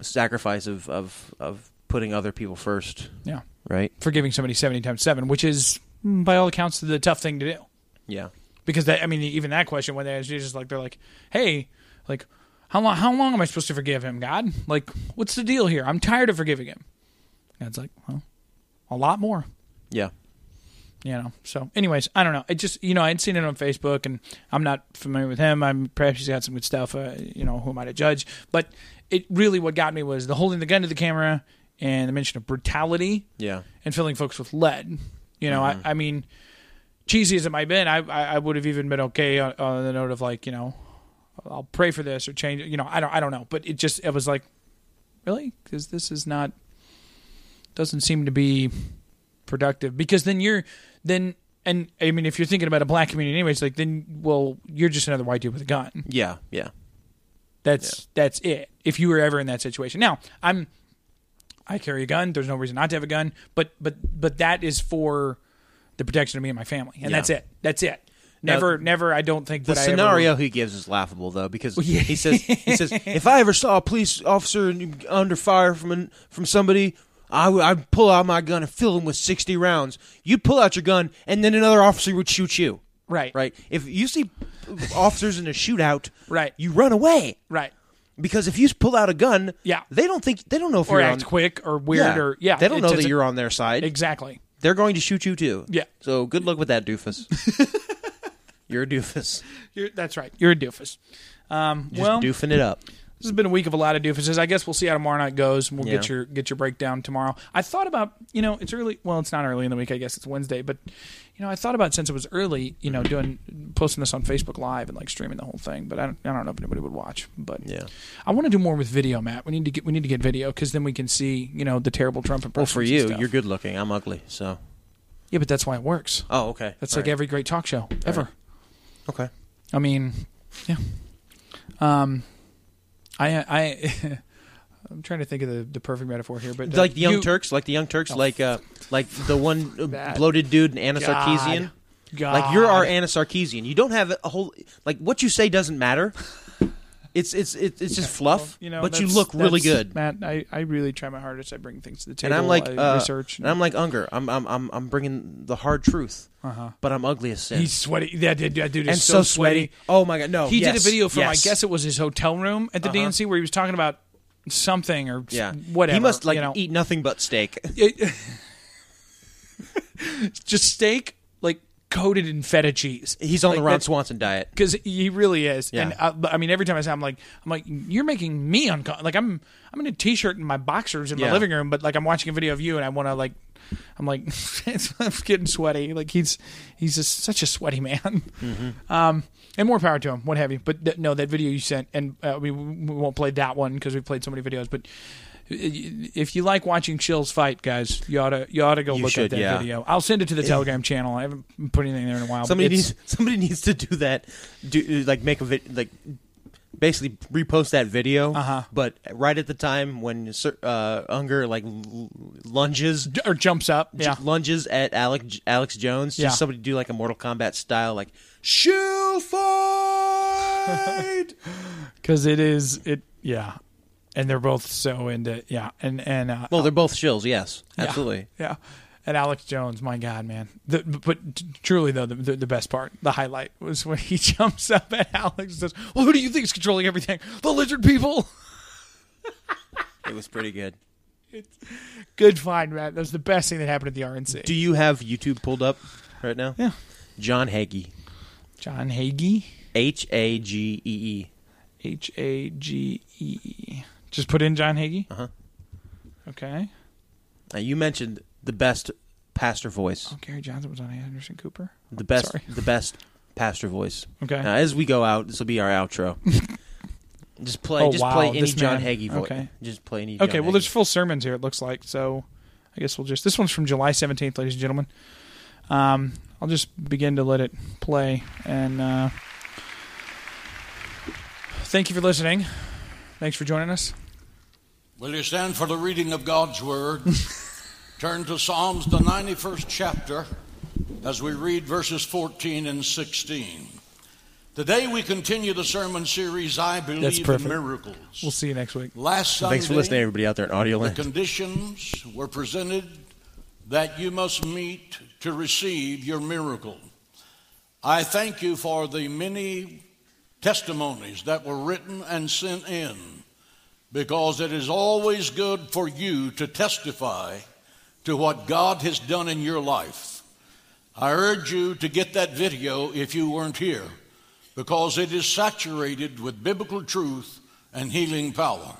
S2: sacrifice of of of putting other people first.
S1: Yeah.
S2: right?
S1: For giving somebody 70 times 7, which is, mm, by all accounts, the tough thing to do.
S2: Yeah.
S1: Because, that, I mean, even that question, when they're just like, they're like, hey, like, how long, how long am I supposed to forgive him, God? Like, what's the deal here? I'm tired of forgiving him. God's like, well, a lot more.
S2: Yeah.
S1: you know. So, anyways, I don't know. I just, you know, I'd seen it on Facebook, and I'm not familiar with him. I'm perhaps he's got some good stuff. Uh, you know, who am I to judge? But it really what got me was the holding the gun to the camera and the mention of brutality
S2: Yeah.
S1: and filling folks with lead. You know,
S2: Mhm.
S1: I, I mean, cheesy as it might have been, I, I, I would have even been okay on, on the note of like, you know, I'll pray for this or change. it. You know, I don't, I don't know, but it just, it was like, really, because this is not, doesn't seem to be productive. Because then you're, then, and I mean, if you're thinking about a black community, anyways, like then, well, you're just another white dude with a gun.
S2: Yeah. Yeah.
S1: That's that's it. If you were ever in that situation, now I'm, I carry a gun. There's no reason not to have a gun, but but but that is for the protection of me and my family, and
S2: Yeah.
S1: that's it. That's it.
S2: Now,
S1: Never, never. I don't think
S2: The
S1: would I ever-
S2: scenario he gives is laughable though because he says he says if I ever saw a police officer in- under fire from an, from somebody I would I'd pull out my gun and fill him with 60 rounds. You'd pull out your gun and then another officer would shoot you.
S1: Right.
S2: Right. If you see officers in a shootout,
S1: right.
S2: you run away.
S1: Right.
S2: Because if you pull out a gun,
S1: yeah.
S2: they don't think they don't know if
S1: Or
S2: you're
S1: act
S2: on-
S1: quick or weird or- yeah,
S2: They don't
S1: it
S2: know that
S1: doesn't-
S2: you're on their side.
S1: Exactly.
S2: They're going to shoot you too.
S1: Yeah.
S2: So good luck with that doofus. you're a doofus.
S1: You're, that's right. You're a doofus. Um,
S2: Just
S1: well,
S2: doofing it up.
S1: This has been a week of a lot of doofuses. I guess we'll see how tomorrow night goes, and we'll get
S2: Yeah.
S1: your get your breakdown tomorrow. I thought about you know it's early. Well, it's not early in the week. I guess it's Wednesday, but you know I thought about since it was early, you know, doing posting this on Facebook Live and like streaming the whole thing. But I don't, I don't know if anybody would watch. But yeah, I want to do more with video, Matt. We need to get we need to get video because then we can see you know the terrible Trump
S2: Well,
S1: impressions.
S2: for
S1: and
S2: you,
S1: stuff.
S2: you're good looking. I'm ugly, so
S1: yeah, but that's why it works.
S2: Oh, okay.
S1: That's
S2: All
S1: like
S2: right.
S1: every great talk show ever.
S2: okay.
S1: I mean, yeah. Um, I I I'm trying to think of the, the perfect metaphor here, but uh,
S2: like the Young
S1: you-
S2: Turks, like the Young Turks, like uh, like the one uh,
S1: Oh. That-
S2: bloated dude in Anna
S1: God.
S2: Sarkeesian.
S1: God.
S2: Like you're our Anna Sarkeesian. You don't have a whole like what you say doesn't matter. It's it's it's, it's just fluff.
S1: You know,
S2: but you
S1: that's-
S2: look really
S1: that's-
S2: good.
S1: Matt. I, I really try my hardest. I bring things to the table.
S2: and I'm like
S1: I
S2: uh,
S1: research.
S2: And I'm like Unger. I'm I'm I'm, I'm bringing the hard truth.
S1: Uh-huh.
S2: But I'm ugly as sin.
S1: He's sweaty. That, dude- that dude is
S2: and
S1: so,
S2: sweaty. Oh my god, no.
S1: He did a
S2: yes,
S1: video from
S2: yes.
S1: I guess it was his hotel room at the
S2: Uh-huh.
S1: DNC where he was talking about something or s-
S2: Yeah.
S1: whatever.
S2: He must like
S1: you know.
S2: eat nothing but steak.
S1: It- just steak like coated in feta cheese.
S2: He's on the
S1: Like,
S2: Ron
S1: that's-
S2: Swanson diet.
S1: because he really is.
S2: Yeah.
S1: And I, but, I mean, every time I say, I'm like, I'm like, you're making me uncomfortable. Like I'm, I'm in a t-shirt and my boxers in my
S2: Yeah.
S1: living room, but like I'm watching a video of you, and I want to like, I'm like, it's- I'm getting sweaty. Like he's, he's just such a sweaty man.
S2: Mm-hmm.
S1: Um, and more power to him, what have you. But th- no, that video you sent, and uh, we, we won't play that one because we've played so many videos. But uh, if you like watching Chills fight, guys, you ought to you ought to go
S2: You
S1: look
S2: should,
S1: up that
S2: yeah.
S1: video. I'll send it to the
S2: It-
S1: Telegram channel. I haven't put anything there in a while. but
S2: Somebody
S1: Um, it's-
S2: needs somebody needs to do that. Do like make a vid, like basically repost that video.
S1: Uh-huh.
S2: But right at the time when Sir, uh, Unger like l- lunges
S1: or jumps up,
S2: j-
S1: yeah.
S2: lunges at Alex Alex Jones. Just
S1: Yeah.
S2: somebody do like a Mortal Kombat style like shill fight.
S1: because it is it yeah and they're both so into yeah and and uh,
S2: well, they're both shills. Yes,
S1: yeah,
S2: absolutely.
S1: yeah and alex jones my god man the, but t- truly though the, the, the best part the highlight was when he jumps up at alex and says well who do you think is controlling everything the lizard people
S2: It was pretty good.
S1: good find matt that's the best thing that happened at the rnc
S2: Do you have YouTube pulled up right now?
S1: Yeah.
S2: John Hagee.
S1: John Hagee.
S2: H A G E
S1: E. H A G E. just put in john hagee
S2: Uh huh.
S1: okay
S2: Now you mentioned the best pastor voice.
S1: gary johnson was on anderson cooper
S2: The best
S1: Sorry.
S2: the best pastor voice.
S1: Okay.
S2: Now as we go out, this will be our outro. just play
S1: Oh,
S2: just
S1: wow,
S2: play any
S1: this
S2: John
S1: man.
S2: Hagee voice.
S1: Okay.
S2: Just play any
S1: Okay,
S2: John
S1: well, there's full sermons here. It looks like so. I guess we'll just. This one's from July 17th, ladies and gentlemen. Um, I'll just begin to let it play, and uh, thank you for listening. Thanks for joining us.
S9: Will you stand for the reading of God's Word? Turn to Psalms, the 91st chapter, as we read verses 14 and 16. Today we continue the sermon series, I
S1: That's
S9: Believe in
S1: perfect.
S9: Miracles.
S1: We'll see you next week.
S9: Last
S2: Hagee. Thanks for
S9: Sunday,
S2: listening, everybody out there in audio
S9: the
S2: land.
S9: conditions were presented
S3: that you must meet to receive your miracle. I thank you for the many testimonies that were written and sent in, because it is always good for you to testify to what God has done in your life. I urge you to get that video if you weren't here, because it is saturated with biblical truth and healing power.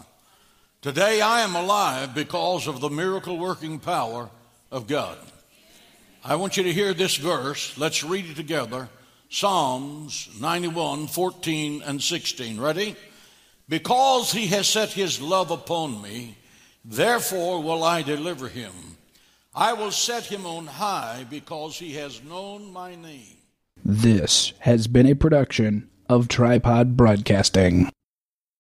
S3: Today I am alive because of the miracle working power of God. I want you to hear this verse. Let's read it together. Psalms 91, 14, and 16. Ready? Because he has set his love upon me, therefore will I deliver him. I will set him on high because he has known my name.
S10: This has been a production of Tripod Broadcasting.